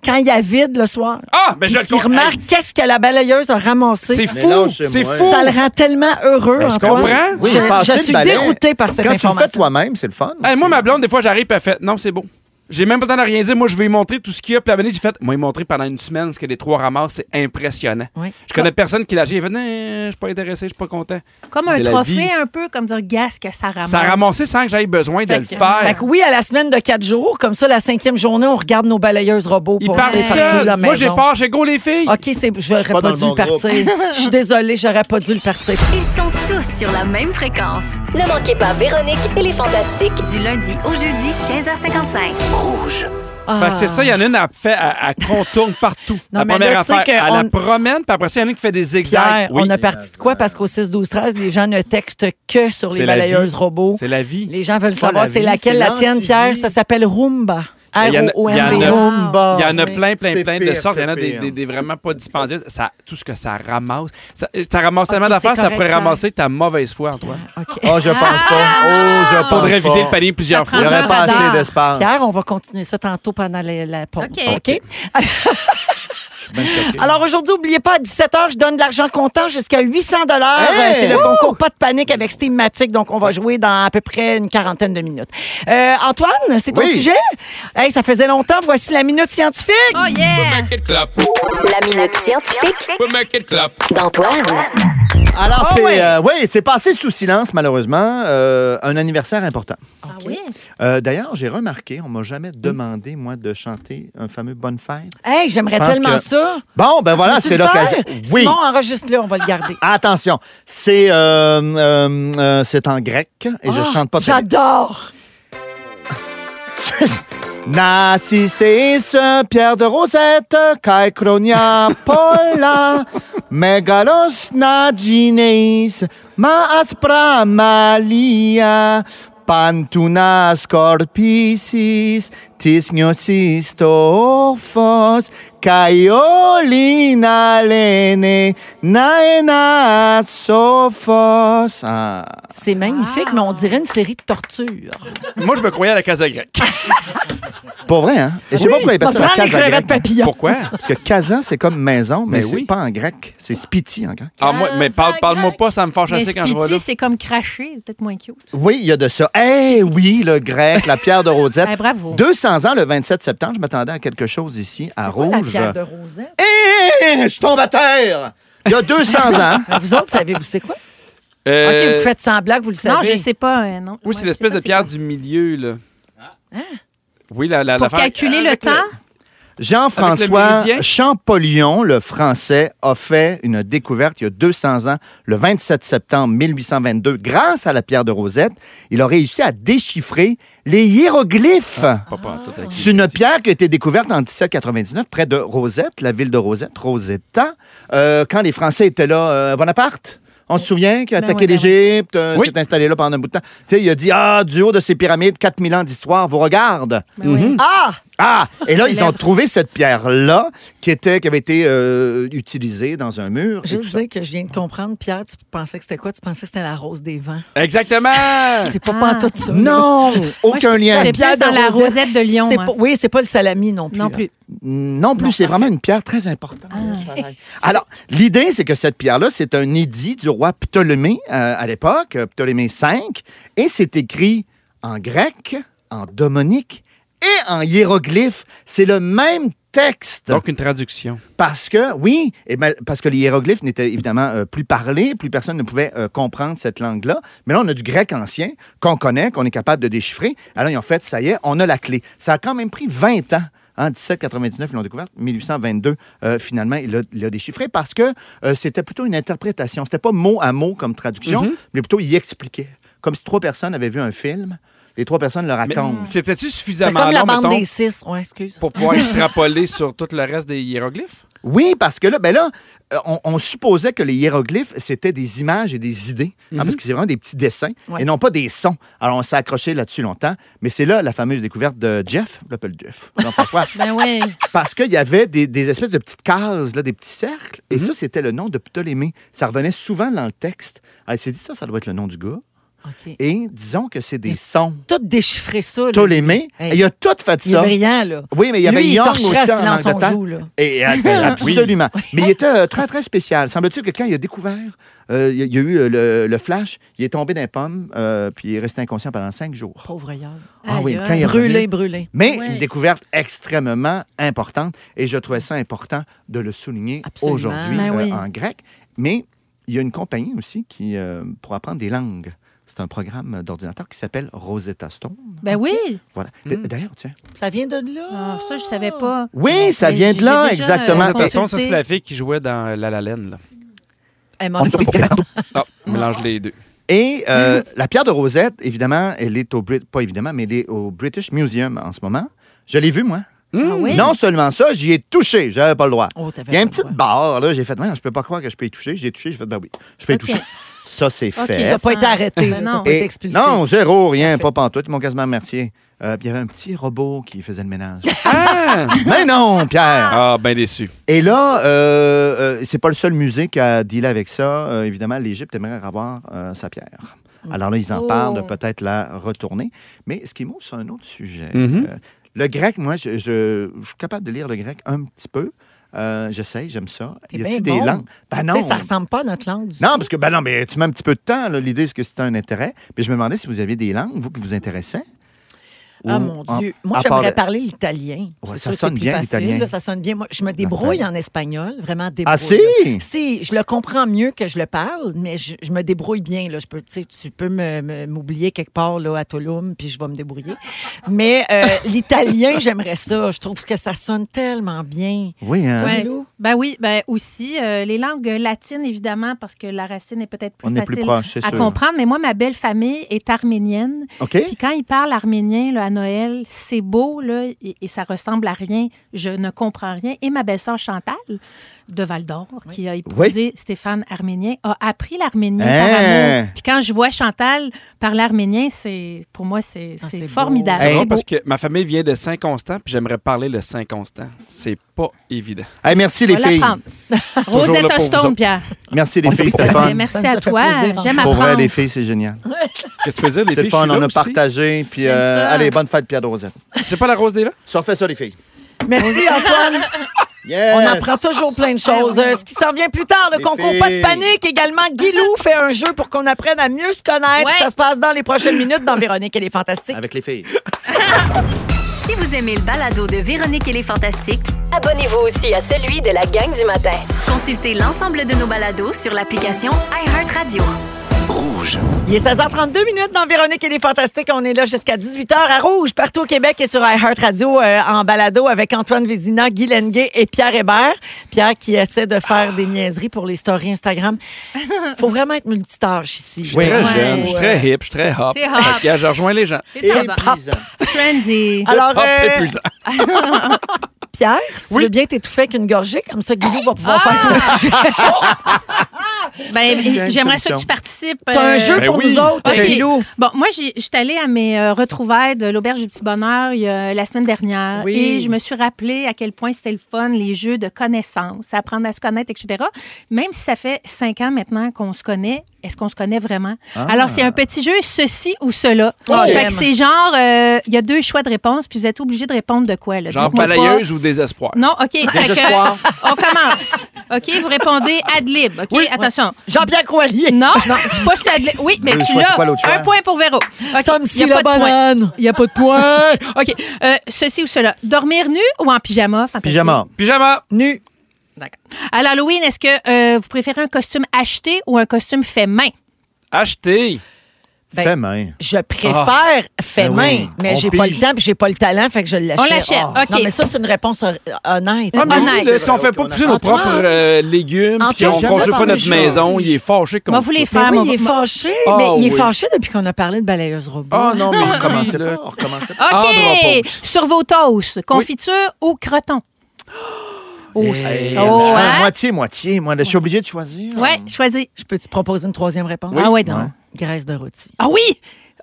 Quand il y a vide le soir, Ah, ben je le il remarque qu'est-ce que la balayeuse a ramassé. C'est Mais fou. là, chez C'est moi. fou. Ça le rend tellement heureux, Ben, je Antoine. comprends. Oui, je, passer je le suis balai. déroutée par cette Quand tu le fais information. toi-même, c'est le fun. Hey, aussi. moi, ma blonde, des fois, j'arrive, puis elle fait Non, c'est beau. J'ai même pas le temps de rien dire. Moi, je vais lui montrer tout ce qu'il y a. Puis la minute, j'ai fait Moi, il montrer pendant une semaine ce que les trois ramassent. C'est impressionnant. Oui. Je connais personne qui l'a acheté. Il fait Non, je suis pas intéressé, je suis pas content. Comme un C'est la vie. trophée, un peu, comme dire, gasque que ça ramasse. Ça a ramassé sans que j'aille besoin de Fait le Fait que- faire. que oui, à la semaine de quatre jours, comme ça, la cinquième journée, on regarde nos balayeuses robots Il passer part partout seul. la maison. Moi, j'ai peur. J'ai go, les filles. OK, c'est- j'aurais pas pas, dans le dû bon le partir. Je suis désolée, j'aurais pas dû le partir. Ils sont tous sur la même fréquence. Ne manquez pas Véronique et les Fantastiques. Du lundi au jeudi, 15h55. Fait que c'est Ah, ça, il y en a une à fait, à, à contourne partout. Non, la mais là, première tu sais affaire, elle que la on- promène, puis après ça, il y en a une qui fait des Pierre, zigzags. Oui, on a parti de quoi? Parce qu'au 6, 12, 13, les gens ne textent que sur les C'est la balayeuses vie. robots. c'est la vie. Les gens veulent C'est pas savoir la c'est vie, laquelle c'est la tienne, l'anti-vie. Pierre. Ça s'appelle Roomba. Il y en a- il y en R-O-O-M-B-A. a- Rumba. Il y en a Ah, oui. plein, plein, C'est plein de pire sortes. que Il y en a des, pire. des- des vraiment pas dispendieuses. Ça, tout ce que ça ramasse. Ça, ça ramasse tellement Ok, d'affaires, c'est ça pourrait correct, ramasser ta mauvaise foi, Antoine. OK. Oh, je pense pas. Ah! Oh, je pense Faudrait pas. vider le panier plusieurs Ça Il fois. n'y prend- aurait pas Radar. assez d'espace. Pierre, on va continuer ça tantôt pendant la, la pause. OK. OK? Je suis bien choqué. Alors aujourd'hui, n'oubliez pas, à 17h, je donne de l'argent comptant jusqu'à 800 dollars. Euh, Hey! C'est le concours Pas de panique avec Steamatic. Donc, on va jouer dans à peu près une quarantaine de minutes. Euh, Antoine, c'est ton Oui. sujet? Hey, ça faisait longtemps. Voici la minute scientifique. Oh yeah! La minute scientifique d'Antoine. Alors, Ah c'est ouais. euh, ouais, c'est passé sous silence, malheureusement, euh, un anniversaire important. Ah oui? Euh, D'ailleurs, j'ai remarqué, on m'a Mm. jamais demandé, moi, de chanter un fameux Bonne Fête. Hey, j'aimerais Je pense tellement que- ça. Bon, ben voilà, Veux-tu c'est le l'occasion. faire? Oui. Simon, enregistre-le, on va le garder. Attention, c'est euh, euh, euh, c'est en grec et je Ah, chante pas. très bien. J'adore. Narcissus, Pierre de Rosette, Caicronia, Paula, Megalos, Nagineis, Maaspra, Malia, Pantuna, Scorpisis, Tisgnosis, Tophos, Caiolina, Lene, Naena, Sophos. Ah. C'est magnifique, mais on dirait une série de tortures. Moi, je me croyais à la case grecque. Pour vrai, hein? Et je sais pas pourquoi il est va parti dans prendre les Casa crevettes grecque. papillons. Pourquoi? Parce que casa, c'est comme maison, mais, Mais c'est oui. pas en grec. C'est spiti en grec. Ah, moi, mais parle- parle-moi pas, ça me fâche Mais assez quand je vois là. Spiti, c'est comme cracher, c'est peut-être moins cute. Oui, il y a de ça. Eh oui, le grec, la pierre de Rosette. Eh, bravo. 200 ans, le 27 septembre, je m'attendais à quelque chose ici, à Pourquoi La Rouge. pierre de Rosette. Eh, je tombe à terre! Il y a 200 ans. Mais Vous autres, savez-vous c'est quoi? Euh, OK, vous faites semblant que vous le savez. Non, je sais pas. euh, non. Oui, Ouais, c'est je l'espèce sais pas de c'est quoi. pierre du milieu, là. Oui, la, la, Pour l'affaire- calculer le hein, avec temps? Jean-François Avec le Méridien? Champollion, le français, a fait une découverte il y a 200 ans, le 27 septembre 1822, grâce à la pierre de Rosette. Il a réussi à déchiffrer les hiéroglyphes. Ah, Pas pas tout avec C'est une pierre qui a été découverte en 1799 près de Rosette, la ville de Rosette, Rosetta, euh, quand les Français étaient là, euh, Bonaparte. On se souvient qu'il a Ben attaqué oui, ben l'Égypte, euh, Oui. s'est installé là pendant un bout de temps. Tu sais, il a dit Ah, du haut de ces pyramides, 4000 ans d'histoire vous regarde. Ben oui. Ah! Ah! Et là, ils ont trouvé cette pierre-là qui, était, qui avait été euh, utilisée dans un mur. et Je tout veux ça. dire que je viens de comprendre, Pierre, tu pensais que c'était quoi? Tu pensais que c'était la rose des vents. Exactement! C'est pas Ah. pantoute ça. Non! Moi, je- Aucun lien. j'étais- Pierre Plus dans de la Rosette de Lyon, c'est hein. pas- oui, c'est pas le salami non plus. Non plus. Non plus, c'est vraiment une pierre très importante. Alors, l'idée, c'est que cette pierre-là, c'est un édit du roi Ptolémée euh, à l'époque, euh, Ptolémée V, et c'est écrit en grec, en domonique et en hiéroglyphe. C'est le même texte. Donc, une traduction. Parce que, oui, eh ben, parce que les hiéroglyphes n'étaient évidemment euh, plus parlés, plus personne ne pouvait euh, comprendre cette langue-là. Mais là, on a du grec ancien qu'on connaît, qu'on est capable de déchiffrer. Alors, ils ont fait, ça y est, on a la clé. Ça a quand même pris 20 ans. En 1799, ils l'ont découverte. 1822, euh, finalement, il l'a- il l'a déchiffré parce que euh, c'était plutôt une interprétation. C'était pas mot à mot comme traduction, mais plutôt il expliquait. Comme si trois personnes avaient vu un film, les trois personnes le Mais racontent. c'était-tu C'est suffisamment comme la long, bande mettons, des six. Ouais, excuse. pour pouvoir extrapoler sur tout le reste des hiéroglyphes? Oui, parce que là, ben là euh, on, on supposait que les hiéroglyphes, c'était des images et des idées, hein, parce que c'est vraiment des petits dessins Mhm. Ouais. et non pas des sons. Alors, on s'est accroché là-dessus longtemps, mais c'est là la fameuse découverte de Jeff, je l'appelle Jeff, Jean-François, Ben oui. parce qu'il y avait des, des espèces de petites cases, là, des petits cercles, et Mhm. ça, c'était le nom de Ptolémée. Ça revenait souvent dans le texte. Alors, il s'est dit, ça, ça doit être le nom du gars. OK. Et disons que c'est des sons. Tout déchiffré ça. là. Ptolémée, Hey. et il a tout fait Il est ça. brillant, là. Oui, mais il y avait Lui, il Young torcherait aussi en silence on Angleterre. joue, là. Et, ab- absolument. Mais il était euh, très, très spécial. Semble-t-il que quand il a découvert, euh, il y a- il y a eu euh, le, le flash, il est tombé d'un pomme, euh, puis il est resté inconscient pendant cinq jours. Pauvre yard. Ah oui, Aïe, quand il est Brûlé, revenu. brûlé. Mais Ouais. une découverte extrêmement importante, et je trouvais ça important de le souligner Absolument. aujourd'hui Ben euh, oui. en grec. Mais il y a une compagnie aussi qui, euh, pour apprendre des langues, c'est un programme d'ordinateur qui s'appelle Rosetta Stone. Ben oui. Voilà. D'ailleurs, tiens. Ça vient de là. Ah, ça, je savais pas. Oui, ça Mais vient j'ai- de là, j'ai déjà, exactement. euh, De toute façon, ça, consulté. c'est la fille qui jouait dans La La Laine. Là. Elle mange son- Ah, mélange les deux. Et euh, la pierre de Rosette, évidemment, elle est au Brit pas évidemment, mais elle est au British Museum en ce moment. Je l'ai vue, moi. Ah oui? Non seulement ça, j'y ai touché. J'avais pas le droit. Oh, t'avais Il y a une pas le petite barre, là. J'ai fait, non, je peux pas croire que je peux y toucher. J'ai touché, j'ai fait, ben oui, je peux y Ok. toucher. Ça, c'est Ok, fait. T'as pas été arrêté. Ben là. T'as non. pas été Et- expulsé. non, zéro, rien, pas pantoute. Ils m'ont quasiment remercié. Euh, puis il y avait un petit robot qui faisait le ménage. Ah! Mais non, Pierre! Ah, ben déçu. Et là, euh, euh, c'est pas le seul musée qui a dealé avec ça. Euh, évidemment, l'Égypte aimerait avoir euh, sa pierre. Mm. Alors là, ils en Oh. parlent de peut-être la retourner. Mais ce qui m'ouvre, c'est un autre sujet. Mhm. Euh, le grec, moi, je, je- je suis capable de lire le grec un petit peu. Euh, J'essaye, j'aime ça. T'es y bien a-tu des bon. langues? Ben Tu sais, non. Ça ressemble pas à notre langue. du- Non, parce que, ben non, mais tu mets un petit peu de temps. là. L'idée, c'est que c'est un intérêt. Mais je me demandais si vous aviez des langues, vous, qui vous intéressez. Ah Ou- mon en- Dieu. Moi, à part j'aimerais le- parler l'italien. Ouais, C'est ça sûr, c'est sonne plus bien, facile, l'italien. là, ça sonne bien. Moi, je me débrouille en espagnol, vraiment débrouille. Ah, si? Si, je le comprends mieux que je le parle, mais je, je me débrouille bien. Là. Je peux, tu sais, tu peux me- me- m'oublier quelque part là, à Tulum, puis je vais me débrouiller. Mais euh, l'italien, j'aimerais ça. Je trouve que ça sonne tellement bien. Oui, hein? Ouais. Allô? Ben oui, ben aussi euh, les langues latines évidemment parce que la racine est peut-être plus On est facile plus proche, c'est à sûr. comprendre. Mais moi, ma belle famille est arménienne. OK? Puis quand ils parlent arménien là, à Noël, c'est beau là, et, et ça ressemble à rien. Je ne comprends rien. Et ma belle-sœur Chantal de Val d'Or, qui a épousé Stéphane Arménien, a appris l'arménien par Hein? amour. Puis quand je vois Chantal parler arménien, c'est pour moi c'est Ah, c'est c'est beau. formidable. C'est Hey. C'est drôle beau. parce que ma famille vient de Saint-Constant, puis j'aimerais parler le Saint-Constant. C'est pas évident. Hey, merci, On les va filles. l'apprendre. Toujours là pour Rosetta vous Stone, autres. Pierre. Merci, les filles. C'était Ben, fun. merci Ça à nous fait toi. plaisir. J'aime Pour apprendre. vrai, les filles, c'est génial. Qu'est-ce que tu faisais, les C'est filles? Je le fun, suis on là a aussi. partagé. Puis, J'aime euh, ça. allez, bonne fête, Pierre de Rosette. C'est pas la rose des vents? Ça refait ça, les filles. Merci, Antoine. Yes! On apprend toujours plein de choses. Euh, ce qui s'en vient plus tard, le Ah, Les concours Pas de filles. panique. Également, Guilou fait un jeu pour qu'on apprenne à mieux se connaître. Ouais. Ça se passe dans les prochaines minutes dans Véronique et les Fantastiques. Avec les filles. Si vous aimez le balado de Véronique et les Fantastiques, Abonnez-vous aussi à celui de la gang du matin. consultez l'ensemble de nos balados sur l'application iHeartRadio. Rouge. Rouge. Il est 16h32 minutes dans Véronique et les Fantastiques. On est là jusqu'à 18h à Rouge, partout au Québec et sur iHeartRadio euh, en balado avec Antoine Vézina, Guy Lenguet et Pierre Hébert. Pierre qui essaie de faire des niaiseries pour les stories Instagram. faut vraiment être multitâche ici. Oui. Très Ouais. jeune, je suis très hip, je suis très hop. T'es hop. Fait que, je rejoins les gens. C'est Ah, bah. très bon. Épuisant. Ben, Trendy. Alors, Hop, euh, épuisant. Pierre, si tu Oui. veux bien t'étouffer avec une gorgée, comme ça Guilou va pouvoir Ah! faire son sujet. Ben, Tiens, j'aimerais ça solution. que tu participes. T'as un euh, jeu Ben pour oui. nous autres, Ok. Guilou. Bon, moi, j'ai- j'étais allée à mes euh, retrouvailles de l'Auberge du Petit Bonheur il y a- la semaine dernière. Oui. Et je me suis rappelé à quel point c'était le fun, les jeux de connaissances, apprendre à se connaître, etc. Même si ça fait cinq ans maintenant qu'on se connaît, est-ce qu'on se connaît vraiment? Alors, c'est un petit jeu, ceci ou cela. Oh, fait j'aime. que c'est genre, euh, il y a deux choix de réponse, puis vous êtes obligé de répondre de quoi? Là. Genre Dites-moi pas- balayeuse ou désespoir. Non, OK. fait que- espoirs. on commence. OK, vous répondez ad lib. OK, attention. Jean-Pierre Coallier. Non, non, c'est pas cet adlet. Oui, mais Deux tu choix, c'est l'as. quoi l'autre choix? Un point pour Véro. OK, Somme y si a la pas de point. banane. Il n'y a pas de point. OK. euh, ceci ou cela. Dormir nu ou en pyjama? fantastique? Pyjama. Pyjama. Nu. D'accord. À l'Halloween, est-ce que euh, vous préférez un costume acheté ou un costume fait main? Acheté. Ben, Fais main. Je préfère fait Ben main, oui, mais on j'ai pas pige. le temps puis j'ai pas le talent, fait que je l'achète. On l'achète, Ah. ok. ben, Non, mais ça, c'est une réponse hor- honnête. Ah, mais oui, Honnête. là, si on fait pas pousser nos Antoine. propres euh, légumes, Antoine, puis on j'aime construit pas pas notre les maison, choses. il est fâché comme Moi, vous les Ben faire. oui, moi, il est moi- fâché, Ah, mais il est oui. fâché depuis qu'on a parlé de balayeuse robot. Ah non, mais On il commence recommençait là. pas. On recommençait pas. Andropause. OK. Sur vos toasts, confiture ou croton? Oh, Eh, c'est- Je oh, fais un hein? moitié-moitié. Moi, je suis obligé de choisir. Ouais, choisis. Je peux te proposer une troisième réponse? ah ouais, donc. ouais. Graisse de rôti. Ah oui!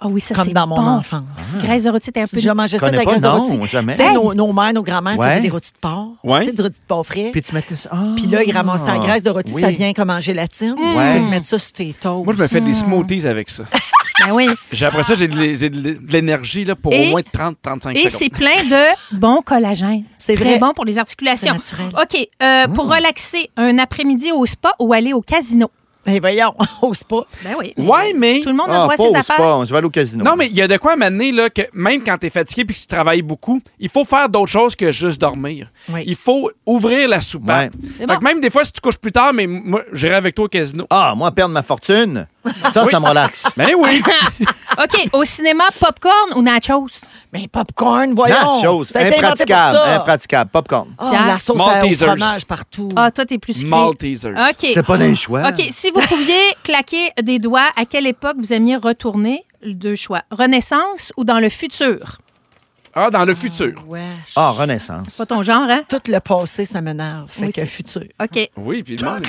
Ah oui, ça, Comme c'est dans mon bon. enfance. Graisse de rôti, t'es un Tu peu... as déjà mangé ça de la connais graisse de pas? rôti? Non, jamais. Tu sais, Hey. nos, nos mères, nos grands-mères Ouais. faisaient des rôtis de porc. Ouais. Tu sais, des rôtis de porc frais. Puis tu mettais ça. Ah. Puis là, ils ramassaient la graisse de rôti, ça vient comme en gélatine. Tu Ouais. peux te mettre ça sur tes toasts. Moi, je me fais des smoothies avec ça. Ben oui. J'ai- Après ça, j'ai de l'é- j'ai de l'é- de l'énergie là, pour Et- au moins 30-35 Et c'est secondes. plein de bon collagène. C'est Très vrai. bon pour les articulations. C'est naturel. OK. euh, Pour Ah. relaxer, un après-midi au spa ou aller au casino? Eh voyons, ose pas. Ben oui. Ouais, mais. Tout le monde Ah, envoie ses pause affaires. pas. Je vais aller au casino. Non, mais il y a de quoi à m'amener là, que même quand tu es fatigué puis que tu travailles beaucoup, il faut faire d'autres choses que juste dormir. Oui. Il faut ouvrir la soupape. Ouais. C'est Fait bon. que même des fois, si tu couches plus tard, mais moi, j'irai avec toi au casino. Ah, moi, perdre ma fortune. Ça, ça me relaxe. Ben oui! OK. Au cinéma, popcorn ou nachos? Mais popcorn, voyons. Nachos. Ça a été inventé pour Impraticable. ça. Impraticable. Popcorn. Ah, Pierre. la sauce à, au Maltesers. fromage partout. Ah, toi, t'es plus sucré. Maltesers. OK. C'était pas des choix. OK. Si vous pouviez claquer des doigts, à quelle époque vous aimiez retourner? Deux choix. Renaissance ou dans le futur? Ah, dans le futur. ouais. Ah, Renaissance. Pas ton genre, hein? Tout le passé, ça m'énerve. Fait Oui, que c'est- futur. OK. Oui, puis le monde-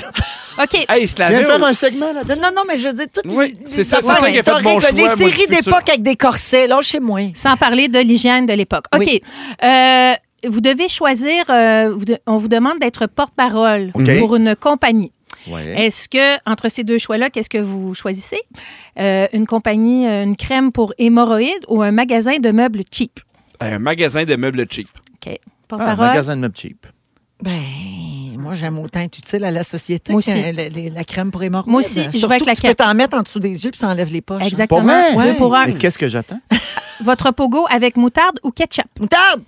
OK. Hey, se Je viens laver de faire au- un segment là Non, non, non, mais je veux dire, toutes Oui, les- c'est les ça, c'est affaires ça qui a fait historiques, mon là, choix, Des moi, du séries futur. d'époque avec des corsets, là, chez moi. Sans parler de l'hygiène de l'époque. OK. Oui. Euh, vous devez choisir, euh, vous de- on vous demande d'être porte-parole OK. pour une compagnie. Ouais. Est-ce que, entre ces deux choix-là, qu'est-ce que vous choisissez? Euh, une compagnie, euh, une crème pour hémorroïdes ou un magasin de meubles cheap? Hey, un magasin de meubles cheap. OK. Ah, Porte-parole. magasin de meubles cheap. Ben, moi, j'aime autant être utile à la société Moi que aussi. la, la- la crème pour hémorroïdes. Moi aussi, je vais Surtout avec la que Tu peux t'en mettre en dessous des yeux puis ça enlève les poches. hein. Pour vrai? Exactement. Deux pour un. Mais qu'est-ce que j'attends? Votre pogo avec moutarde ou ketchup? Moutarde!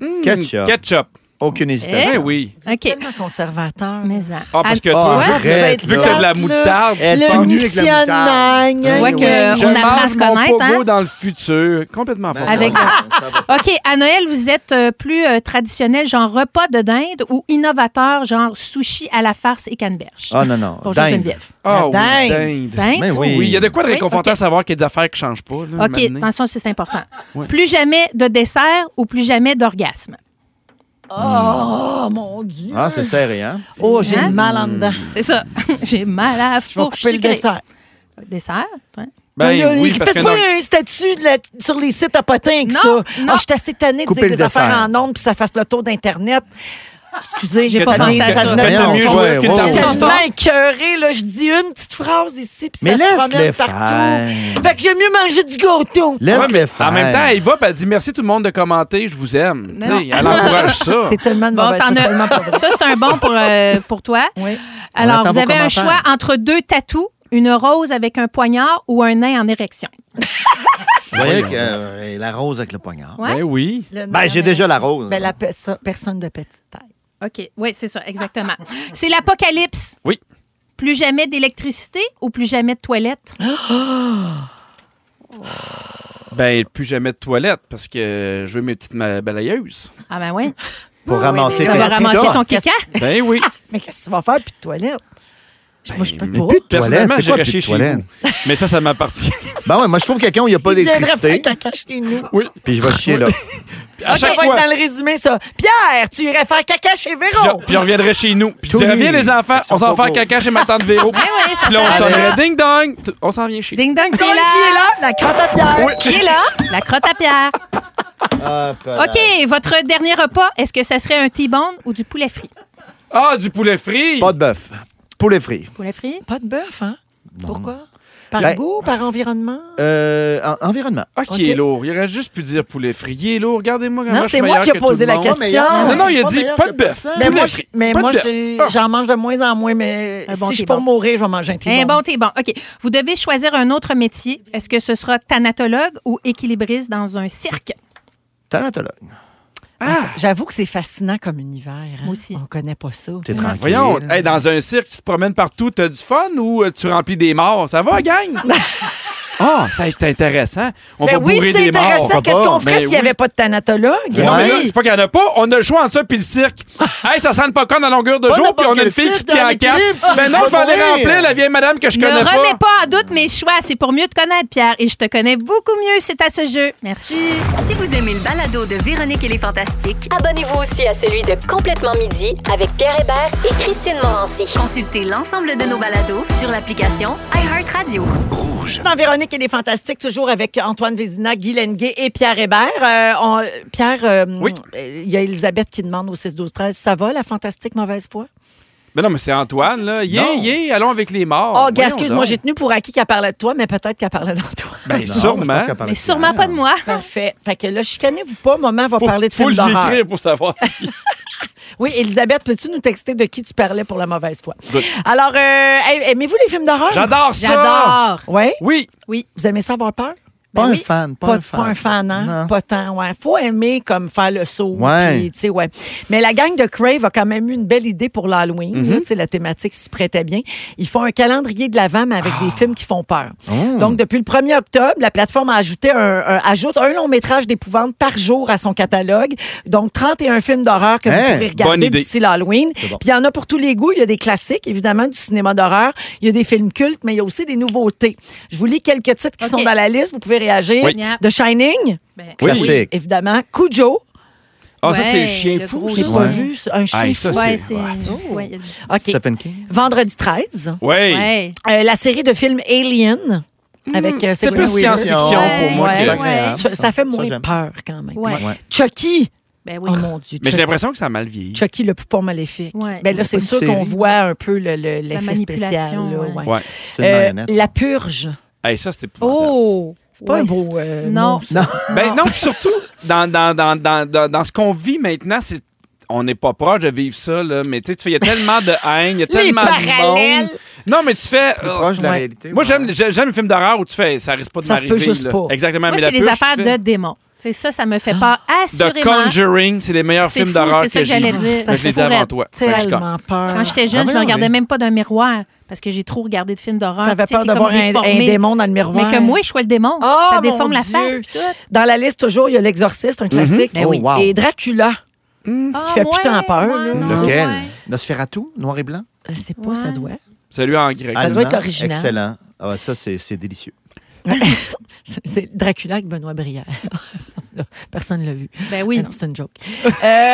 Hmm, Ketchup. Ketchup. Aucune Eh? Ben hésitation. oui. OK. Tellement conservateur. Mais ça. Ah, parce que Ah, toi, vois, arrête, tu vu vas que là. t'as de la Là. moutarde, Elle Le pendue avec la missionnaire. moutarde. Tu vois Gna, que- gna, Euh, je on apprend à se mange mon connaître, pogo hein? dans le futur. Complètement faux. Avec- Ça va. OK. À Noël, vous êtes euh, plus euh, traditionnel, genre repas de dinde ou innovateur, genre sushi à la farce et canneberge? Ah Ben non, non. Bonjour, Dingue. Geneviève. Ah oui, La dinde. Dinde? Mais Oui, oui. il y a de quoi de Oui, réconfortant à ok. savoir qu'il y a des affaires qui changent pas. là, OK, maintenant. attention, c'est important. Ouais. Plus jamais de dessert ou plus jamais d'orgasme. Oh, mon Dieu! Ah, c'est serré, hein? oh, j'ai Hein? le mal en dedans. C'est ça. J'ai mal à la Je vais fourche couper le sucrée. dessert. Dessert? toi? Mais là, Ben oui, il- parce que Faites non. pas un statut de la- sur les sites à potins que Non, ça. non. Ah, je suis assez tannée de Coupez dire le des affaires dessert. en ondes puis ça fasse le tour d'Internet. Excusez, J'ai j'ai pas pas pensé à ça. venait de Voyons, mon mieux fond. jouer ouais, qu'une ouais, J'étais ouais. tarte. tellement écœurée, là. Je dis une petite phrase ici, puis Mais ça se laisse-les promène partout. faire. Fait que j'aime mieux manger du gâteau. Laisse-les faire. En même temps, elle y va, puis elle dit merci tout le monde de commenter, je vous aime. Tu sais, Elle encourage ça. T'es tellement de Bon, mauvaise, t'en ben, c'est as- tellement pas vrai. Ça, c'est un bon pour, euh, pour toi. Oui. Alors, attend vous vos avez un commentaires. choix entre deux tatous, une rose avec un poignard ou un nain en érection. Vous voyez que euh, la rose avec le poignard. Ouais. Ben oui. Le- Ben, j'ai déjà la rose. hein, Ben, la pe- ça- personne de petite taille. OK, oui, c'est ça, exactement. C'est l'apocalypse. Oui. Plus jamais d'électricité ou plus jamais de toilette? Ben, plus jamais de toilette parce que euh, je veux mes petites ma- balayeuses. Ah ben oui. Pour oui, ramasser mais Ça T'es va un petit ramasser ton Qu'est-ce- caca. Ben oui. Mais qu'est-ce que tu vas faire, puis de toilette? Je- Moi, je peux Mais Ah, pas. Ben, plus de toilette, Personnellement, c'est j'irais quoi plus de chez toilette? vous. Mais ça, ça m'appartient. Ben ouais, moi je trouve quelqu'un où il n'y a pas Il viendrait faire d'électricité, caca chez nous. Oui. puis je vais chier là. Puis à Ok, Ça chaque va être fois. dans le résumé, ça. Pierre, tu irais faire caca chez Puis Véro. je- Puis on reviendrait chez nous. Puis je Tony, dirais, viens les enfants, ils on sont s'en pas fait un beaux. caca chez ma tante Véro. Ben oui, ça Puis là, on sert à ça. sonnerait ding dong. On s'en vient chez nous. Ding dong, t'es Qui est là. là? La crotte à Pierre. Qui est là? La crotte à pierre. Hop là. OK, votre dernier repas, est-ce que ça serait un T-bone ou du poulet frit? Ah, du poulet frit. Pas de bœuf. Poulet frit. Poulet frit? Pas de bœuf, hein? Pourquoi? Par Ben- goût, par environnement? Euh, en- environnement. Ah, qui Ok. est lourd. Il aurait juste pu dire poulet frit. Il est lourd. Regardez-moi comment Non, je suis c'est moi meilleur qui ai que tout posé le la monde. question. meilleur. hein? Non, non, il a Pas dit meilleur pas que de bœuf. personne. Mais Poulet Ben, moi, frit, je- mais pas de moi, bœuf. j'ai- Ah. j'en mange de moins en moins, mais Un bon si je thé peux bon. mourir, je vais manger un thé Un Eh, bon. bon T-bone. OK. Vous devez choisir un autre métier. Est-ce que ce sera thanatologue ou équilibriste dans un cirque? Talentologue. Ah, J'avoue que c'est fascinant comme univers. hein. Moi aussi. On connaît pas ça. T'es tranquille. Voyons, ben, hey, dans un cirque, tu te promènes partout, t'as du fun ou euh, tu remplis des morts? Ça va, gang? Ah, ça, c'est intéressant. On Mais va Ben oui, bourrer c'est des morts. intéressant. on Qu'est-ce va qu'on pas. ferait Mais s'il n'y oui. Ben avait pas de thanatologue? Non, mais là, Ouais. c'est pas qu'il y en a pas. On a le choix entre ça puis le cirque. hey, ça sent le popcorn à longueur de Pas jour, puis on a n'importe une quel fille qui se cirque, plie dans en l'équilibre, quatre. tu Ben non, vas il faut aller mourir. remplir la vieille madame que je ne connais remets pas. pas en doute mes choix. C'est pour mieux te connaître, Pierre. Et je te connais beaucoup mieux. C'est à ce jeu. Merci. Si vous aimez le balado de Véronique et les Fantastiques, Abonnez-vous aussi à celui de Complètement Midi avec Pierre Hébert et Christine Morancy. consultez l'ensemble de nos balados sur l'application iHeartRadio. Dans Véronique et les Fantastiques, toujours avec Antoine Vézina, Guy Lenguet et Pierre Hébert. Euh, on- Pierre, euh, Oui. euh, il y a Elisabeth qui demande au 6-12-13, ça va la fantastique mauvaise foi? Ben non, mais c'est Antoine, là. Yeah, Non. yeah, allons avec les morts. Oh, gars, Ah, Voyons excuse-moi, donc. j'ai tenu pour acquis qu'elle parlait de toi, mais peut-être qu'elle parlait d'Antoine. Ben, Non, je pense sûrement. qu'elle parle Mais de sûrement Pierre. pas de moi. Parfait. Fait que là, chicanez-vous pas, maman va Faut, parler de faut films lui d'horreur. écrire pour savoir. Oui, Elisabeth, peux-tu nous texter de qui tu parlais pour la mauvaise foi? Good. Alors, euh, hey, aimez-vous les films d'horreur? J'adore ça. J'adore. Oui? Oui. Vous aimez ça avoir peur? Pas Ben un oui. fan. Pas, Pas, un fan. pas un fan, hein? Non. Pas tant, ouais. Faut aimer comme faire le saut. Ouais. puis, tu sais, ouais. Mais la gang de Crave a quand même eu une belle idée pour l'Halloween. là, Mhm. tu sais, La thématique s'y prêtait bien. Ils font un calendrier de l'avant, mais avec Ah. des films qui font peur. Oh. Donc, depuis le 1er octobre, la plateforme a ajouté un, un- ajoute un long métrage d'épouvante par jour à son catalogue. Donc, 31 films d'horreur que vous Hein? pourrez Bonne regarder idée. d'ici l'Halloween. C'est bon. Puis, il y en a pour tous les goûts. Il y a des classiques, évidemment, du cinéma d'horreur. Il y a des films cultes, mais il y a aussi des nouveautés. Je vous lis quelques titres qui OK. sont dans la liste. Vous pouvez réagir. Oui. Yep. The Shining, Ben, Oui. Classique. évidemment. Cujo, Ah, ça, c'est Ouais, le chien le fou. gros j'ai ça. Ouais. pas vu ça. un chien Hey, fou. ça, Ouais, c'est- c'est. ouais, il y a du- OK. Stephen King. Vendredi 13. Ouais. Ouais. Euh, la série de films Alien avec euh, Mm. C'est Sigourney plus Weaver. science-fiction Ouais, pour moi ouais. que. C'est agréable, Ça, ça fait moins j'aime. peur quand même. Ouais. Ouais. Euh, Chucky. Ben oui. Oh mon Dieu. Mais j'ai Chucky. l'impression que ça a mal vieilli. Chucky, le poupon maléfique. Ouais. Ben là, c'est Pas une sûr qu'on série. voit un peu le- le- l'effet spécial. manipulation, là, ouais. ouais. Ouais. C'est une Euh, marionnette. la purge. Hey, ça, c'était épouvantable. Oh! C'est pas Ouais, un beau. euh, Non. nom, ça. Non. Ah. Ben non, puis surtout, dans, dans, dans, dans, dans, dans ce qu'on vit maintenant, c'est on n'est pas proche de vivre ça, là, mais tu sais, tu fais- il y a tellement de haine, il y a tellement de parallèles. monde. Non, mais tu fais. euh, Plus proche de la ouais. réalité. Moi, ouais. j'aime j'aime j'aime les films d'horreur où tu fais ça risque pas de Ça se m'arriver. peut juste là. pas. Exactement, Moi, mais la c'est les purge, affaires tu fais- de démons. C'est ça, ça me fait peur The assurément. Conjuring, c'est les meilleurs C'est films fou, d'horreur c'est ça que que j'ai j'allais vus. dire. Mais je les ai Ça fait avant toi. Fait que je Tellement peur. Quand j'étais jeune, Ah, je ne voyons, regardais mais- même pas d'un miroir parce que j'ai trop regardé de films d'horreur. T'avais Tu sais, peur t'es de comme voir un, un réformée. démon dans le miroir. Mais que moi, je sois le démon. Oh, ça mon déforme la Dieu. face. puis tout. Dans la liste, toujours, il y a L'exorciste, un classique. Ben oui. Oh, wow. Hmm. Et Dracula. Ah, fait putain peur, ouais, là. non, Lequel ouais. Nosferatu, noir et blanc. C'est pas, ça Ouais. doit. Celui en grec. Ça doit être l'original. Excellent. Ah, ouais, ça, c'est c'est délicieux. C'est Dracula avec Benoît Brière. Personne ne l'a vu. Ben Oui. oui. Ah c'est une joke. Euh,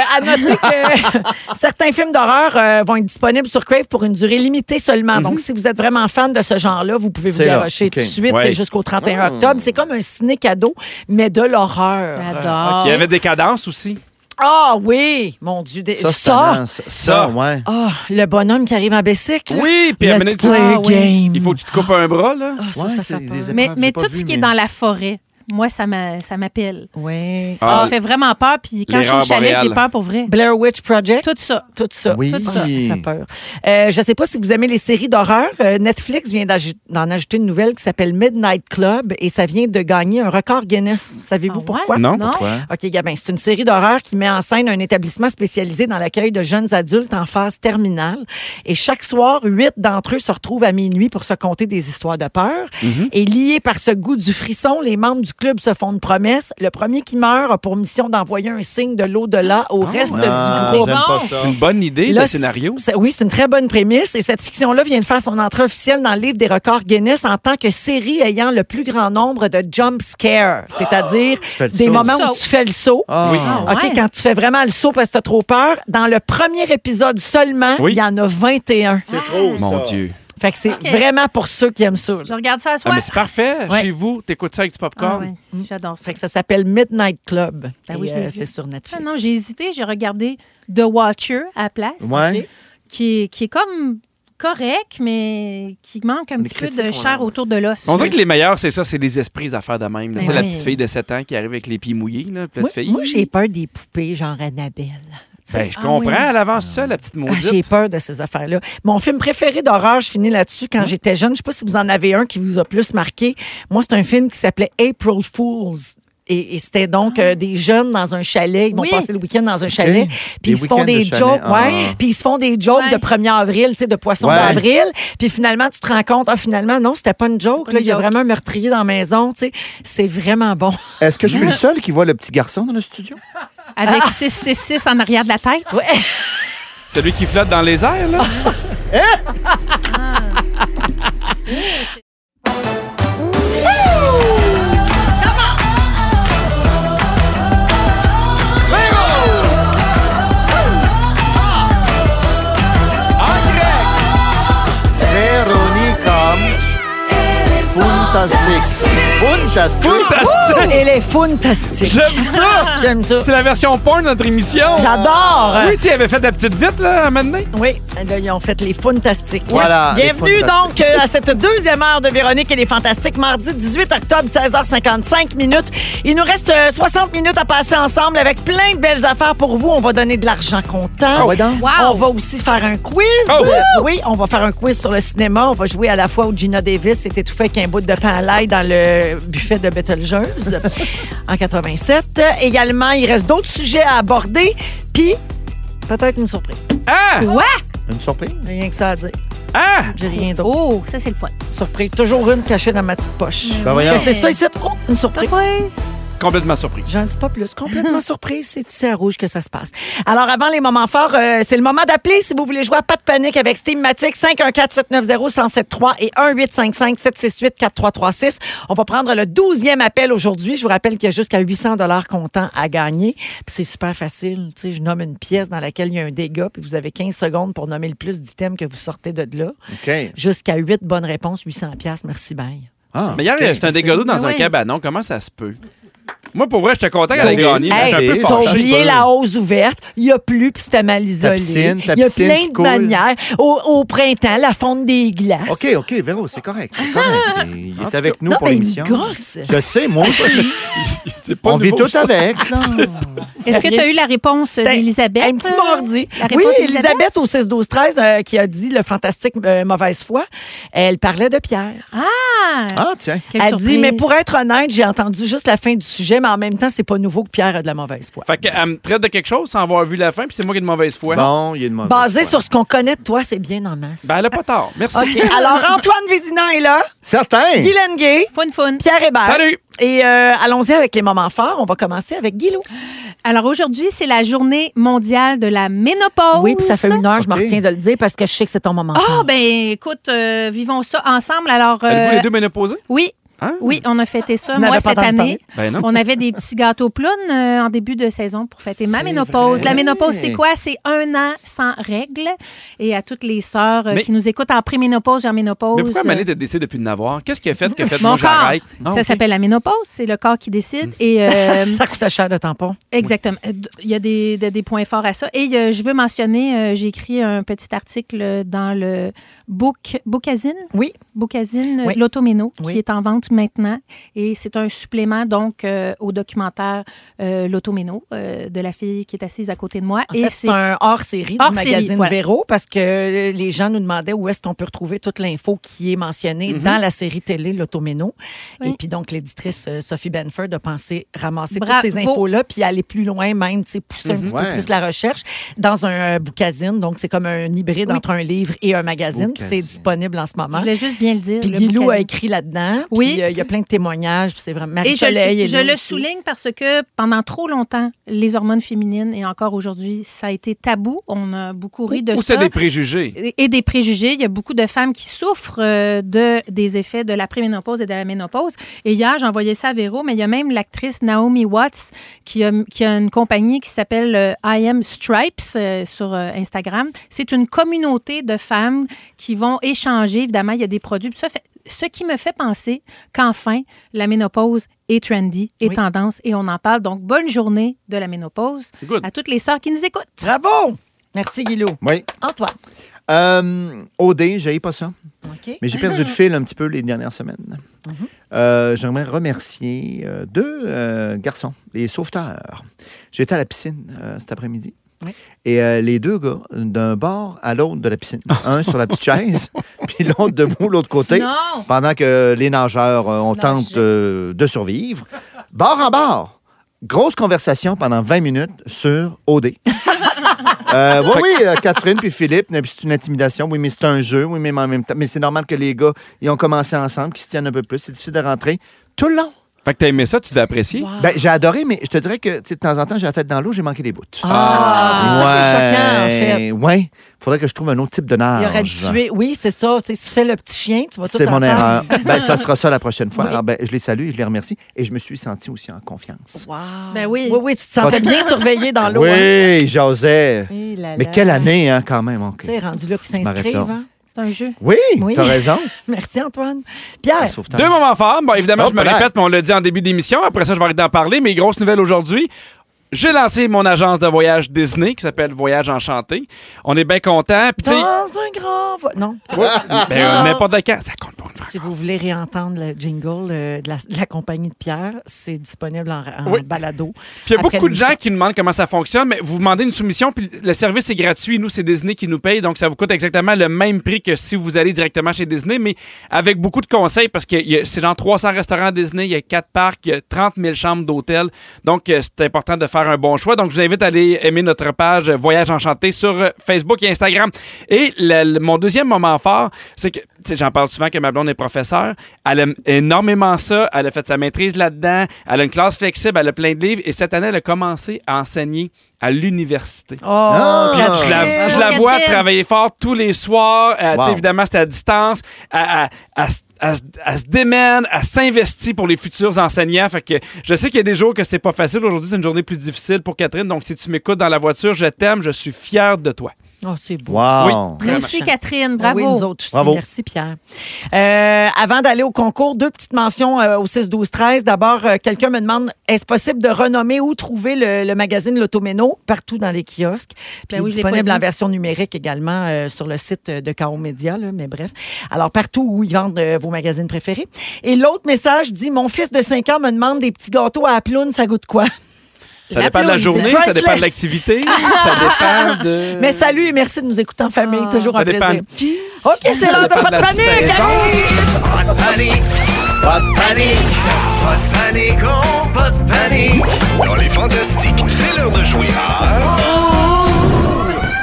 à noter que certains films d'horreur euh, vont être disponibles sur Crave pour une durée limitée seulement. Donc, si vous êtes vraiment fan de ce genre-là, vous pouvez vous Mhm. C'est là, garocher ok. Ah. tout de suite. Ouais. C'est jusqu'au 31 octobre. C'est comme un ciné-cadeau, mais de l'horreur. J'adore. Il y avait des cadences aussi. Ah oui! Mon Dieu. des- Ça! Ça, c'est un an, ça, ça, ouais. Ah, le bonhomme qui arrive en bicycle. Oui, puis à Let's un moment donné, play a Ah oui. game. il faut que tu te coupes un bras, là. Ah, ça, Ouais, ça c'est fait peur. des Ah, Mais, épreuves, j'ai mais pas tout vu, ce qui est mais- dans la forêt. moi, ça m'a- ça m'appelle. Oui. Ça Ah. me fait vraiment peur. Puis quand je suis au L'erreur chalet, boréale. j'ai peur pour vrai. Blair Witch Project. Tout ça. Tout ça. Oui. Tout ça. Ça fait peur. Euh, je ne sais pas si vous aimez les séries d'horreur. Euh, Netflix vient d'aj- d'en ajouter une nouvelle qui s'appelle Midnight Club et ça vient de gagner un record Guinness. Savez-vous Ah ouais? pourquoi? Non? Non? Pourquoi? OK, Gabin, c'est une série d'horreur qui met en scène un établissement spécialisé dans l'accueil de jeunes adultes en phase terminale. Et chaque soir, huit d'entre eux se retrouvent à minuit pour se conter des histoires de peur. Mhm. Et liés par ce goût du frisson, les membres du club se font une promesse. Le premier qui meurt a pour mission d'envoyer un signe de l'au-delà au reste Ah, du groupe. j'aime pas bon. ça. C'est une bonne idée, Là, le scénario. c'est- Oui, c'est une très bonne prémisse. Et cette fiction-là vient de faire son entrée officielle dans le livre des records Guinness en tant que série ayant le plus grand nombre de jump scares, c'est-à-dire Ah, fais le des saut. moments où Saut. tu fais le saut. Ah. Oui. Ah OK, ouais. quand tu fais vraiment le saut parce que t'as trop peur, dans le premier épisode seulement, Oui. il y en a 21. C'est trop, ça. Mon Dieu. Fait que c'est OK. vraiment pour ceux qui aiment ça. là. Ah, Je regarde ça à Ah, soir. mais c'est parfait. Ouais. Chez vous, t'écoutes ça avec du Ah popcorn. ouais, J'adore ça. Fait que ça s'appelle Midnight Club. Ben Et, oui, je l'ai euh, vu. c'est sur Netflix. Ah non, j'ai hésité, j'ai regardé The Watcher à la place, Ouais. qui, est, qui est comme correct, mais qui manque un Les petit peu de critiques, on chair l'a- autour de l'os. On dirait que les meilleurs, c'est ça, c'est les esprits d'affaires de même. là. Tu sais, Ben la oui. petite fille de 7 ans qui arrive avec les pieds mouillés. Là, puis là, Moi, tu fais, moi, Hi. j'ai peur des poupées, genre Annabelle. Tu sais, Ben, je Ah comprends, oui. elle avance seule, la petite Ah, J'ai maudite. peur de ces affaires-là. Mon film préféré d'horreur, je finis là-dessus, quand j'étais jeune, je sais pas si vous en avez un qui vous a plus marqué. Moi, c'est un film qui s'appelait April Fools. Et, et c'était donc euh, des jeunes dans un chalet, ils vont Oui. passer le week-end dans un chalet, puis ils se font week-ends de des chalet, jokes, ah. ouais, puis ils se font des jokes Ouais. de 1er avril, tu sais, de poisson Ouais. d'avril, puis finalement tu te rends compte, ah finalement non, c'était pas une joke, Pas là, une il y a joke. vraiment un meurtrier dans la maison, tu sais, c'est vraiment bon. Est-ce que je suis le seul qui voit le petit garçon dans le studio? Avec Ah! 666 en arrière de la tête. Celui qui flotte dans les airs, là. Ah, Véronica. Fantastique. Fantastique. Fantastique! Elle est fantastique. Ah, J'aime ça! J'aime ça. C'est la version porn de notre émission. J'adore. Oui, tu avais fait la petite vite, là, à un moment donné. Oui, là, ils ont fait les Fantastiques. Voilà, les Bienvenue donc Fantastiques. euh, à cette deuxième heure de Véronique et les Fantastiques, mardi 18 octobre, 16h55 minutes. Il nous reste euh, 60 minutes à passer ensemble avec plein de belles affaires pour vous. On va donner de l'argent comptant. Ah ouais, Ah donc. Wow! On va aussi faire un quiz. Oh! Euh, oui, on va faire un quiz sur le cinéma. On va jouer à la fois où Gina Davis s'est étouffée avec un bout de pain à l'ail dans le buffet de Betelgeuse en 87. Également, il reste d'autres sujets à aborder. Puis, peut-être une surprise. Ah! Une surprise? Rien que ça à dire. Ah! J'ai rien d'autre. Oh, ça, c'est le fun. Surprise. Toujours une cachée dans ma petite poche. Ben voyons. Que c'est ça ici. Oh, une surprise. Surprise! Complètement surpris. J'en dis pas plus. Complètement surprise. C'est ici à Rouge que ça se passe. Alors, avant les moments forts, euh, c'est le moment d'appeler si vous voulez jouer à Pas de panique avec Steamatic 514-790-1073 et 1-855-768-4336. On va prendre le 12e appel aujourd'hui. Je vous rappelle qu'il y a jusqu'à 800 comptant à gagner. Puis c'est super facile. Tu sais, je nomme une pièce dans laquelle il y a un dégât, puis vous avez 15 secondes pour nommer le plus d'items que vous sortez de là. OK. Jusqu'à 8 bonnes réponses, 800 pièces. Merci, bye. Ah, Mais hier, OK. j'étais un dégât d'eau dans Ben Ah, un ouais. cabanon. Comment ça se peut? Moi, pour vrai, j'étais content qu'elle ait Covid. gagné, mais Hey, j'étais un peu Covid. T'as ça, fâché. Covid. oublié c'est pas- la hausse ouverte. Il n'y a plus, puis c'était mal isolé. piscine, ta Il y a piscine plein qui de coule. manières. Au, au printemps, la fonte des glaces. OK, OK, Véro, c'est correct. c'est correct. Il est avec nous non, pour mais l'émission. il gosse. Je sais, moi aussi. C'est pas On vit nouveau, tout ça. avec. là. Est-ce que tu as eu la réponse d'Elisabeth? Un petit mordi. hein? La réponse Oui, d'Elisabeth? Elisabeth au 16 12 13 euh, qui a dit le fantastique euh, mauvaise foi, elle parlait de Pierre. Ah! Ah, tiens. Quelle elle surprise. dit mais pour être honnête, j'ai entendu juste la fin du sujet mais en même temps, c'est pas nouveau que Pierre a de la mauvaise foi. Fait qu'elle me traite de quelque chose sans avoir vu la fin, puis c'est moi qui ai de mauvaise foi. Bon, il est de mauvaise Basé foi. sur ce qu'on connaît de toi, c'est bien en masse. Ben, elle a pas tort. Merci. OK. Alors Antoine Vézina est là, Certain. Guylaine Gay, Fun, fun. Pierre Hébert. Salut! Et euh, allons-y avec les moments forts. On va commencer avec Guilou. Alors aujourd'hui, c'est la journée mondiale de la ménopause. Oui, puis ça fait une heure, je me OK. retiens de le dire parce que je sais que c'est ton moment Ah, fort. ben écoute, euh, vivons ça ensemble. Alors, Êtes-vous euh, les deux ménopausés? oui, Ah. Hein? oui, on a fêté ça, Vous moi, n'avez pas cette entendu année. Ben non. On avait des petits gâteaux plounes euh, en début de saison pour fêter ma C'est ménopause. vrai. La ménopause, c'est quoi? C'est un an sans règles. Et à toutes les sœurs euh, Mais- qui nous écoutent en préménopause et en ménopause. Mais pourquoi euh, Mané t'a décidé depuis de n'avoir? Qu'est-ce qu'elle a fait que fait mon moi, corps, j'arrête? Ah, ça OK. s'appelle la ménopause, c'est le corps qui décide. Hmm. Et euh, Ça coûte cher de tampon. Exactement. Euh, d- Il y a des, des- des points forts à ça. Et euh, je veux mentionner, euh, j'ai écrit un petit article dans le Book, Bookazine, Oui. Bookazine euh, Oui. L'Automéno, Oui. qui est en vente vente maintenant et c'est un supplément donc euh, au documentaire euh, L'Automéno euh, de la fille qui est assise à côté de moi. En fait, c'est un hors-série du Hors-série, magazine voilà. Véro parce que euh, les gens nous demandaient où est-ce qu'on peut retrouver toute l'info qui est mentionnée Mm-hmm. dans la série télé L'Automéno. Oui. Et puis donc, l'éditrice euh, Sophie Benford a pensé ramasser Bravo. toutes ces infos-là puis aller plus loin même, tu sais, pousser un petit peu Mm-hmm. Ouais. plus la recherche dans un euh, boucasine. Donc, c'est comme un hybride Oui. entre un livre et un magazine. Puis C'est Boucasine. disponible en ce Je moment. voulais juste bien le dire. Puis le Guilou a bouquin. écrit là-dedans. Oui. Puis euh, il y a plein de témoignages. Puis c'est vraiment Et Marie-Soleil. je, est je là le aussi. souligne parce que pendant trop longtemps, les hormones féminines, et encore aujourd'hui, ça a été tabou. On a beaucoup ri de Ou ça. c'est des préjugés? Et- et des préjugés. Il y a beaucoup de femmes qui souffrent euh, de, des effets de la préménopause et de la ménopause. Et hier, j'envoyais ça à Véro, mais il y a même l'actrice Naomi Watts qui a, qui a une compagnie qui s'appelle euh, I Am Stripes euh, sur euh, Instagram. C'est une communauté de femmes qui vont échanger. Évidemment, il y a des produits. Puis ça fait- ce qui me fait penser qu'enfin, la ménopause est trendy, est Oui. tendance, et on en parle. Donc, bonne journée de la ménopause Good. à toutes les sœurs qui nous écoutent. Bravo! Merci, Guilou. Oui. Antoine. Euh, OD, j'ai pas ça. OK. Mais j'ai perdu le fil un petit peu les dernières semaines. Euh, J'aimerais remercier euh, deux euh, garçons, les sauveteurs. J'étais à la piscine euh, cet après-midi. Oui. Et euh, les deux gars, d'un bord à l'autre de la piscine, un sur la petite chaise, puis l'autre debout, l'autre côté, Non! pendant que les nageurs, euh, on Nager. tente euh, de survivre. Bord en bord, grosse conversation pendant 20 minutes sur OD. Euh, oui, oui, euh, Catherine puis Philippe, mais c'est une intimidation. Oui, mais c'est un jeu. Oui, mais en même temps. Mais c'est normal que les gars, ils ont commencé ensemble, qu'ils se tiennent un peu plus. C'est difficile de rentrer. Tout le long. Fait que t'as aimé ça, tu l'as apprécié? Wow. Ben, j'ai adoré, mais je te dirais que tu sais, de temps en temps, j'ai la tête dans l'eau, j'ai manqué des bouts. Ah, c'est ça qui est choquant, en fait. Oui. Faudrait que je trouve un autre type de nage. Il aurait dû tuer. Oui, c'est ça. Tu sais, si tu fais le petit chien, tu vas tout C'est mon entendre. erreur. Ben, ça sera ça la prochaine fois. Alors, ben, je les salue et je les remercie. Et je me suis senti aussi en confiance. Wow. Ben oui. Oui, oui, tu te sentais bien surveillé dans l'eau. hein. Oui, José. Eh là Mais là. quelle année, hein, quand même. OK. Tu sais, rendu là qu'ils Je m'arrête là. s'inscrivent. hein. C'est un jeu. Oui, Oui. t'as raison. Merci, Antoine. Pierre, Sauveteur. Deux moments forts. Bon, évidemment, Oh, je me blague. répète, mais on l'a dit en début d'émission. Après ça, je vais arrêter d'en parler. Mais grosse nouvelle aujourd'hui. J'ai lancé mon agence de voyage Disney qui s'appelle Voyage Enchanté. On est bien content. Puis, tu sais, Ah! dans un grand... vo- Non, ben, euh, n'importe quand, ça compte pour une fois. si vous voulez réentendre le jingle euh, de, la, de la compagnie de Pierre, c'est disponible en, en Oui. balado. Puis, il y a Après beaucoup de l'émission. gens qui demandent comment ça fonctionne. Mais vous demandez une soumission, puis le service est gratuit. Nous, c'est Disney qui nous paye. Donc, ça vous coûte exactement le même prix que si vous allez directement chez Disney, mais avec beaucoup de conseils parce que il y a- c'est genre 300 restaurants Disney, il y a 4 parcs, il y a 30 000 chambres d'hôtel. Donc, euh, c'est important de faire un bon choix. Donc, je vous invite à aller aimer notre page euh, Voyage Enchanté sur euh, Facebook et Instagram. Et le- le- mon deuxième moment fort, c'est que, tu sais, j'en parle souvent que ma blonde est professeure. Elle aime énormément ça. Elle a fait sa maîtrise là-dedans. Elle a une classe flexible. Elle a plein de livres. Et cette année, elle a commencé à enseigner à l'université. Oh, Ah! Catherine. Je la, Bravo, je la vois Catherine. travailler fort tous les soirs. Euh, tu sais, Wow. Évidemment, c'est à distance. Elle, elle- elle s- elle s- elle se démène, elle s'investit pour les futurs enseignants. Fait que je sais qu'il y a des jours que c'est pas facile. Aujourd'hui, c'est une journée plus difficile pour Catherine. Donc, si tu m'écoutes dans la voiture, je t'aime, je suis fier de toi. Oh, c'est beau. Wow. Nous aussi, Catherine, bravo. Ah Oui, nous autres aussi. Bravo. Merci, Pierre. Euh, avant d'aller au concours, deux petites mentions euh, au 6-12-13. D'abord, euh, quelqu'un me demande est-ce possible de renommer ou trouver le, le magazine L'Automéno partout dans les kiosques Puis Ben oui, il je est l'ai pas disponible dit. en version numérique également euh, sur le site de KO Média, là, mais bref. Alors, partout où ils vendent euh, vos magazines préférés. Et l'autre message dit Mon fils de 5 ans me demande des petits gâteaux à Aploune, ça goûte quoi Ça dépend de la journée, ça dépend de l'activité, ça dépend de. Euh, Mais salut et merci de nous écouter en famille. Toujours Ça un dépend plaisir. de qui. OK, c'est l'heure de dépend pas de de la panique. saison. allez! Pas de panique, pas de panique, oh, pas de panique. Dans les fantastiques, c'est l'heure de jouer à...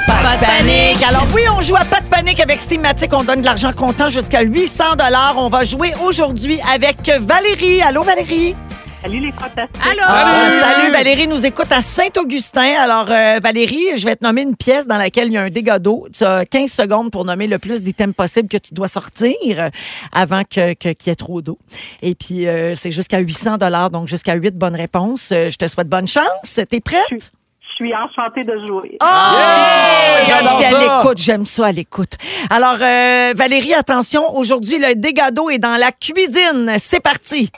Pas de panique. Alors oui, on joue à pas de panique avec Steamatic. On donne de l'argent comptant jusqu'à 800 dollars. On va jouer aujourd'hui avec Valérie. Allô Valérie. Allô? Euh, salut Valérie, nous écoute à Saint-Augustin. Alors euh, Valérie, je vais te nommer une pièce dans laquelle il y a un dégât d'eau. Tu as 15 secondes pour nommer le plus d'items possibles que tu dois sortir avant que que- qu'il y ait trop d'eau. Et puis euh, c'est jusqu'à 800 dollars, donc jusqu'à 8 bonnes réponses. Euh, Je te souhaite bonne chance. T'es prête? Je suis enchantée de jouer. Oh! J'aime J'adore ça ça. à l'écoute, j'aime ça à l'écoute. Alors, euh, Valérie, attention, aujourd'hui, le dégât d'eau est dans la cuisine. C'est parti.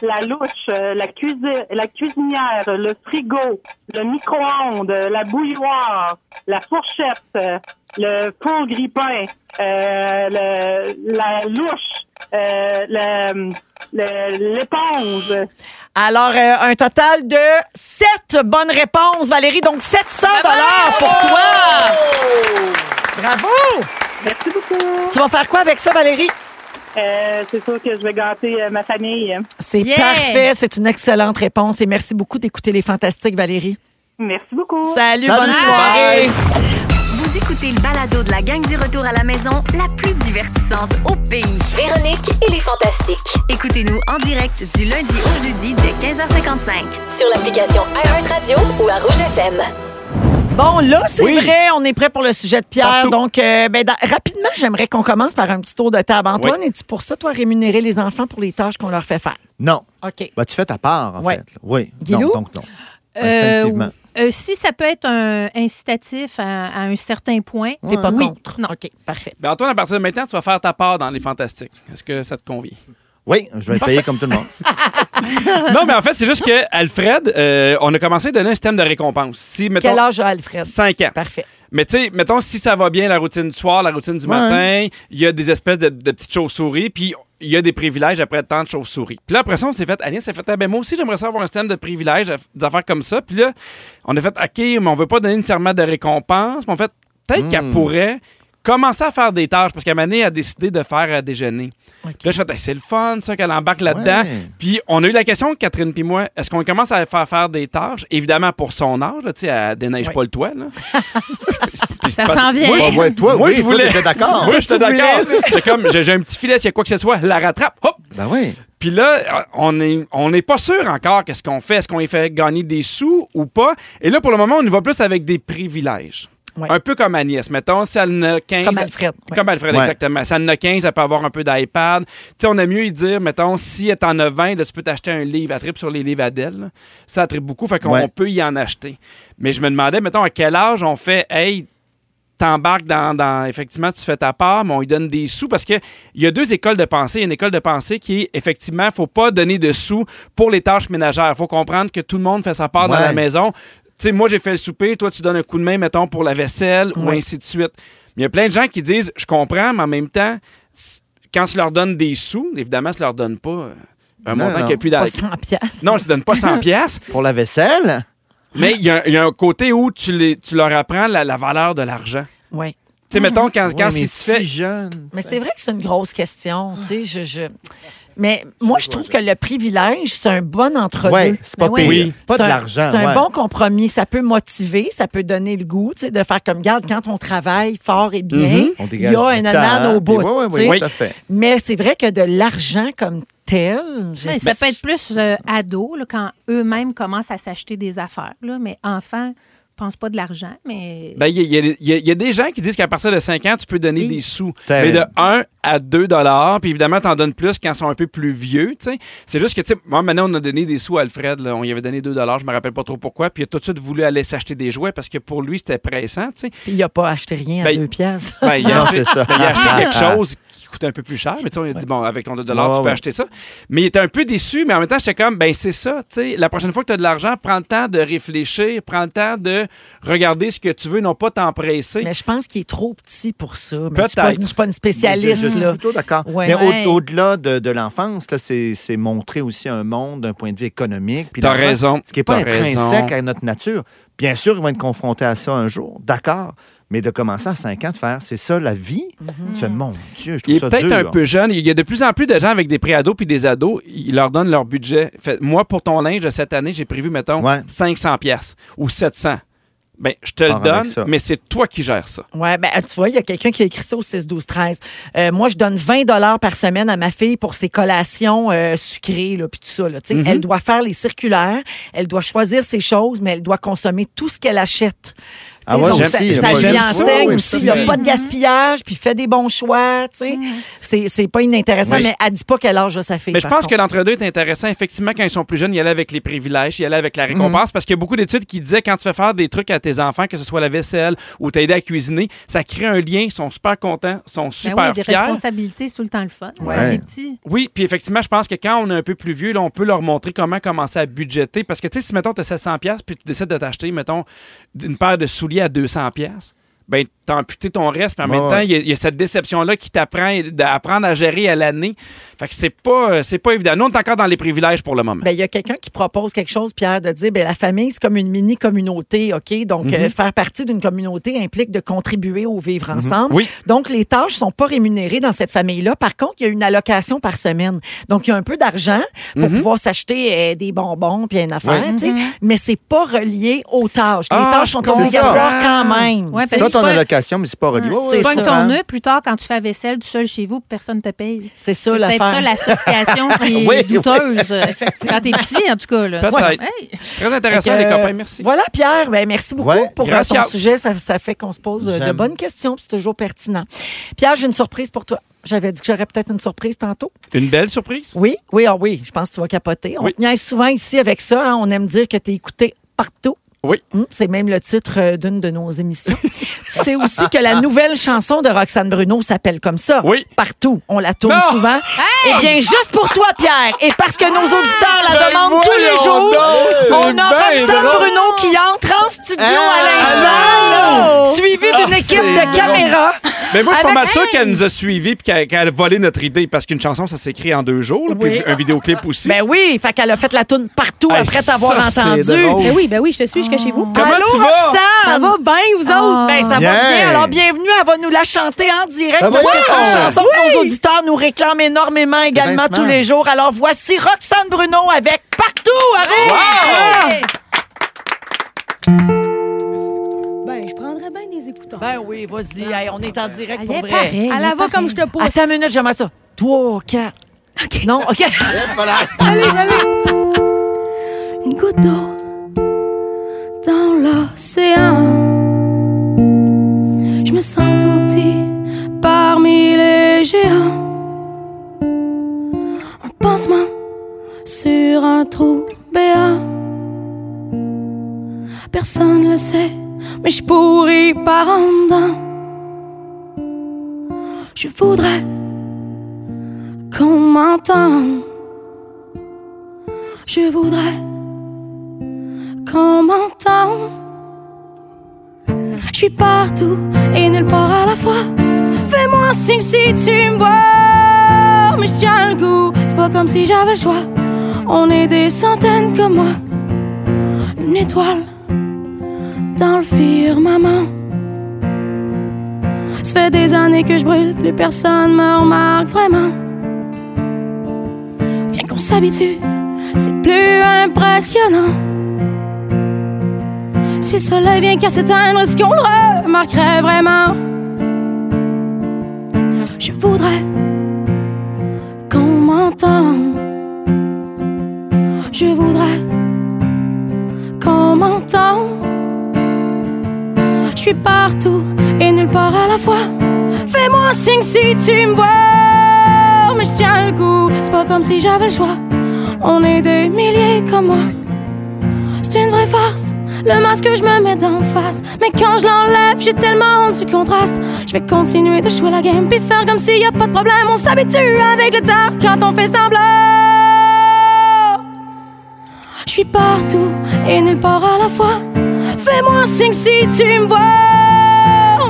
la louche, euh, la, cuisi- la cuisinière, le frigo, le micro-ondes, euh, la bouilloire, la fourchette, euh, le four grippin, euh, le- la louche, euh, le- le- l'éponge. Alors, euh, un total de 7 bonnes réponses, Valérie. Donc, 700 dollars pour toi. Bravo! Merci beaucoup. Tu vas faire quoi avec ça, Valérie? Euh, c'est sûr que je vais gâter euh, ma famille. C'est Yeah! parfait. C'est une excellente réponse. Et merci beaucoup d'écouter les fantastiques, Valérie. Merci beaucoup. Salut, Salut. bonne soirée. Vous écoutez le balado de la gang du retour à la maison, la plus divertissante au pays. Véronique et les Fantastiques. Écoutez-nous en direct du lundi au jeudi dès 15h55. Sur l'application iHeartRadio ou à Rouge FM. Bon, là, c'est Oui. vrai, on est prêt pour le sujet de Pierre. Partout. Donc, euh, ben, dans- rapidement, j'aimerais qu'on commence par un petit tour de table. Antoine, es-tu pour ça, toi, rémunérer les enfants pour les tâches qu'on leur fait faire? Non. OK. Ben, tu fais ta part, en Ouais. fait. là. Oui. Guilou? Non, donc non. Euh, Instinctivement. euh, si ça peut être un incitatif à, à un certain point, T'es pas oui. contre? Non. OK, parfait. Ben Antoine, à partir de maintenant, tu vas faire ta part dans les fantastiques. Est-ce que ça te convient? Oui, je vais être payé comme tout le monde. non, mais en fait, c'est juste que Alfred, euh, on a commencé à donner un système de récompense. Si, mettons, Quel âge a Alfred? 5 ans. Parfait. Mais tu sais, mettons, si ça va bien, la routine du soir, la routine du matin, il y a des espèces de, de petites chauves-souris, puis il y a des privilèges après tant de chauves-souris. Puis là, après ça, on s'est fait, Agnès s'est fait, ah, ben moi aussi, j'aimerais savoir un système de privilèges, des affaires comme ça. Puis là, on a fait, OK, mais on veut pas donner nécessairement de récompense, mais en fait, peut-être Hmm. qu'elle pourrait commencer à faire des tâches, parce qu'à un moment donné, elle a décidé de faire à déjeuner. OK. Puis Là, je fais, Hey, c'est le fun, ça, qu'elle embarque là-dedans. Ouais. Puis, on a eu la question, Catherine puis moi, est-ce qu'on commence à faire faire des tâches? Évidemment, pour son âge, là, tu sais, elle déneige Ouais. pas le toit, là. Puis Ah, Ça c'est pas- s'en vient. Bah, ouais, toi, Moi, oui, je toi, voulais- t'étais d'accord. Moi, j'étais d'accord. J'ai comme, j'ai j'ai un petit filet, s'il y a quoi que ce soit, la rattrape, hop! Ben oui. Puis là, euh, on est, on n'est pas sûr encore qu'est-ce qu'on fait. Est-ce qu'on y fait gagner des sous ou pas? Et là, pour le moment, on y va plus avec des privilèges. Ouais. Un peu comme Agnès. Mettons, si elle en a 15. Comme Alfred, ouais. Comme Alfred, Ouais. exactement. Si elle en a 15, elle peut avoir un peu d'iPad. Tu sais, on a mieux y dire, mettons, si elle en a 20, là, tu peux t'acheter un livre. Elle tripe sur les livres Adèle. là. Ça elle tripe beaucoup, fait qu'on Ouais. on peut y en acheter. Mais je me demandais, mettons, à quel âge on fait, hey, t'embarques dans, dans- Effectivement, tu fais ta part, mais on lui donne des sous parce que il y a deux écoles de pensée. Il y a une école de pensée qui est, effectivement, faut pas donner de sous pour les tâches ménagères. faut comprendre que tout le monde fait sa part dans Ouais. la maison. Tu sais, moi, j'ai fait le souper, toi, tu donnes un coup de main, mettons, pour la vaisselle ou ainsi de suite. Mais il y a plein de gens qui disent, je comprends, mais en même temps, c- quand tu leur donnes des sous, évidemment, tu leur donnes pas euh, un Non, montant non. qui a plus Pas d'argent. 100 piastres. Non, tu donnes pas 100 pièces, Pour la vaisselle, mais il y, a un- il y a un côté où tu, les, tu leur apprends la, la valeur de l'argent. Oui. Tu sais, mettons, quand, ouais, quand c'est mais si fait... jeune. Mais c'est vrai que c'est une grosse question. Tu sais, je, je- Mais moi, je trouve que le privilège, c'est un bon entre-deux. Oui, c'est pas Ben ouais. pire. Oui. Pas de C'est un- l'argent. C'est un ouais. bon compromis. Ça peut motiver, ça peut donner le goût tu sais, de faire comme garde quand on travaille fort et bien. Mhm. On Il y a dégage un anane au bout. Oui, tu sais. oui, oui, tout à fait. Mais c'est vrai que de l'argent comme tel, je Mais sais- ça peut être plus euh, ado, là, quand eux-mêmes commencent à s'acheter des affaires. là. mais enfants, pense pas de l'argent, mais. Ben, il y, a- il y a- il y a- il y a des gens qui disent qu'à partir de 5 ans, tu peux donner Oui. des sous. Mais Terrible. de 1 à 2 dollars, puis évidemment, t'en donnes plus quand ils sont un peu plus vieux, tu sais. C'est juste que, tu sais, moi, maintenant, on a donné des sous à Alfred, là. On y avait donné 2 dollars, je me rappelle pas trop pourquoi, puis il a tout de suite voulu aller s'acheter des jouets parce que pour lui, c'était pressant, tu sais. Puis il n'a pas acheté rien à Ben, deux piastres. Ben, il a Non, acheté- c'est ça. ben, il a acheté quelque chose qui coûtait un peu plus cher, mais tu sais, on a dit, bon, avec ton 2 dollars, Ouais, tu peux ouais. acheter ça. Mais il était un peu déçu, mais en même temps, j'étais comme, ben, c'est ça, tu sais, la prochaine fois que tu as de l'argent, prends le temps de réfléchir, prends le temps de regarder ce que tu veux, non pas t'empresser. Mais je pense qu'il est trop petit pour ça. Mais je suis pas- Peut-être. Je ne suis pas une Je, spécialiste. je suis là. plutôt d'accord. Ouais. Mais Ouais. au- au-delà de, de l'enfance, là, c'est c'est montrer aussi un monde d'un point de vue économique. puis T'as l'argent, raison, Ce qui n'est pas t'as raison. intrinsèque à notre nature. Bien sûr, ils vont être confrontés à ça un jour, d'accord. Mais de commencer à 5 ans, de faire, c'est ça la vie. Tu fais, mon Dieu, je trouve Il est ça peut-être dur. un peu jeune. Il y a de plus en plus de gens avec des pré-ados puis des ados, ils leur donnent leur budget. Fait, moi, pour ton linge de cette année, j'ai prévu, mettons, Ouais. 500 pièces ou 700. Ben, je te Pars le avec donne, ça. mais c'est toi qui gères ça. Ouais, ben, tu vois, il y a quelqu'un qui a écrit ça au 6 12 13. Euh, moi, je donne 20 dollars par semaine à ma fille pour ses collations euh, sucrées là, puis tout ça là, tu sais. elle doit faire les circulaires, elle doit choisir ses choses, mais elle doit consommer tout ce qu'elle achète. Ah Tu sais, ouais, donc, j'aime- ça, j'aime ça pas- lui j'aime ça, enseigne oui, aussi, ça, il n'y a mais- pas de gaspillage, puis fait des bons choix, tu sais. C'est- C'est pas inintéressant, Oui. mais elle dit pas quel âge a sa fille. Mais je par pense que contre. l'entre-deux est intéressant. Effectivement, quand ils sont plus jeunes, y aller avec les privilèges, y aller avec la Mhm. récompense, parce qu'il y a beaucoup d'études qui disaient quand tu fais faire des trucs à tes enfants, que ce soit la vaisselle ou t'aider à cuisiner, ça crée un lien, ils sont super contents, ils sont Ben super oui, des fiers. responsabilités, c'est tout le temps le fun. Ouais. Des petits. Oui, puis effectivement, je pense que quand on est un peu plus vieux, là, on peut leur montrer comment commencer à budgéter. Parce que, tu sais, si, mettons, tu as 700 pièces puis tu décides de t'acheter, mettons, une paire de souliers à 200 pièces ben t'as amputé ton reste, puis en Ouais, même temps, il y a- il y, a cette déception-là qui t'apprend à apprendre à gérer à l'année. Fait que c'est pas, euh, c'est pas évident. Nous, on est encore dans les privilèges pour le moment. Ben, il y a quelqu'un qui propose quelque chose, Pierre, de dire ben, la famille, c'est comme une mini-communauté, OK? Donc, euh, faire partie d'une communauté implique de contribuer au vivre ensemble. Oui. Donc, les tâches sont pas rémunérées dans cette famille-là. Par contre, il y a une allocation par semaine. Donc, il y a un peu d'argent pour Mhm. pouvoir s'acheter euh, des bonbons puis une affaire, tu sais. Mhm. Mais c'est pas relié aux tâches. Les Ah, tâches je sont comprends. obligatoires quand même. Ah. Ouais, tu sais. parce Toi, que ton pas- allocation, mais c'est pas relié. c'est Tu pognes ça. hein? ton nœud plus tard quand tu fais la vaisselle du seul chez vous, personne ne te paye. C'est C'est ça peut-être ça l'affaire. l'association qui est Oui, oui. douteuse. Quand t'es petit, en tout cas. Là. Peut-être. Hey, Très intéressant, ben, Fait que, les copains. Merci. Voilà, Pierre. Ben, merci beaucoup Ouais. pour euh, Gracias. ton sujet. Ça, ça fait qu'on se pose euh, de J'aime. bonnes questions. puis C'est toujours pertinent. Pierre, j'ai une surprise pour toi. J'avais dit que j'aurais peut-être une surprise tantôt. Une belle surprise. Oui, oui, ah oui. Je pense que tu vas capoter. On Oui. te niaise souvent ici avec ça. hein. On aime dire que tu es écouté partout. Oui. Hum, c'est même le titre euh, d'une de nos émissions. tu sais aussi que la nouvelle chanson de Roxane Bruno s'appelle comme ça. Oui. Partout. On la tourne Non. souvent. Eh bien, juste pour toi, Pierre, et parce que nos Ah! auditeurs la Ben demandent tous les voyons jours, donc, c'est on a ben Roxane drôle. Bruno qui entre en studio à Ah, l'instant, suivi Ah, d'une c'est équipe de drôle. caméras. Mais Ben, moi, je suis pas Avec- mal sûr qu'elle nous a suivis puis qu'elle qu'elle a volé notre idée parce qu'une chanson, ça s'écrit en deux jours. là, Oui. Puis un vidéoclip aussi. Ben oui, fait qu'elle a fait la tourne partout Hey, après t'avoir ça, c'est entendu. drôle. Ben oui, ben oui, je te suis jusqu'à chez vous. Comment Allô, tu vas? Roxane? Ça va bien, vous Ah. autres? Ben, ça va Bien. bien. Alors, bienvenue. Elle va nous la chanter en direct Ah, Ben parce que voyons. c'est une chanson que nos auditeurs nous réclament Ben, énormément également bien tous smart. les jours. Alors, voici Roxane Bruno avec Partout avec. Ben, je prendrais bien des écouteurs. Ben oui, vas-y. Hey, on est en direct elle pour est vrai. pareille, elle À est la va pareille. comme je te pousse. Attends une minute, j'aimerais ça. 3, 4. Non, OK. une goutte d'eau dans l'océan. Je me sens tout petit parmi les géants. Un pansement sur un trou béant. Personne le sait, mais je pourris par en dedans. Je voudrais qu'on m'entende. Je voudrais qu'on m'entende. Je suis partout et nulle part à la fois. Fais-moi un signe si tu me vois. Mais je tiens le goût, c'est pas comme si j'avais le choix. On est des centaines comme moi. Une étoile dans le firmament. Ça fait des années que je brûle, plus personne me remarque vraiment. Viens qu'on s'habitue, c'est plus impressionnant. Si le soleil vient qu'à s'éteindre, est-ce qu'on le remarquerait vraiment? Je voudrais qu'on m'entende. Je voudrais qu'on m'entende. Je suis partout et nulle part à la fois. Fais-moi un signe si tu me vois. Mais je tiens le coup, c'est pas comme si j'avais le choix. On est des milliers comme moi. C'est une vraie farce. Le masque que je me mets d'en face. Mais quand je l'enlève, j'ai tellement honte du contraste. Je vais continuer de jouer la game, puis faire comme s'il y a pas de problème. On s'habitue avec le temps quand on fait semblant. Je suis partout et nulle part à la fois. Fais-moi un signe si tu me vois.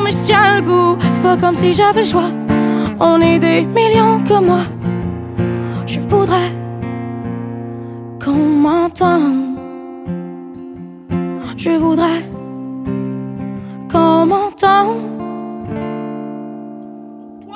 Mais je tiens le goût, c'est pas comme si j'avais le choix. On est des millions comme moi. Je voudrais qu'on m'entende. Je voudrais qu'on m'entende. Oh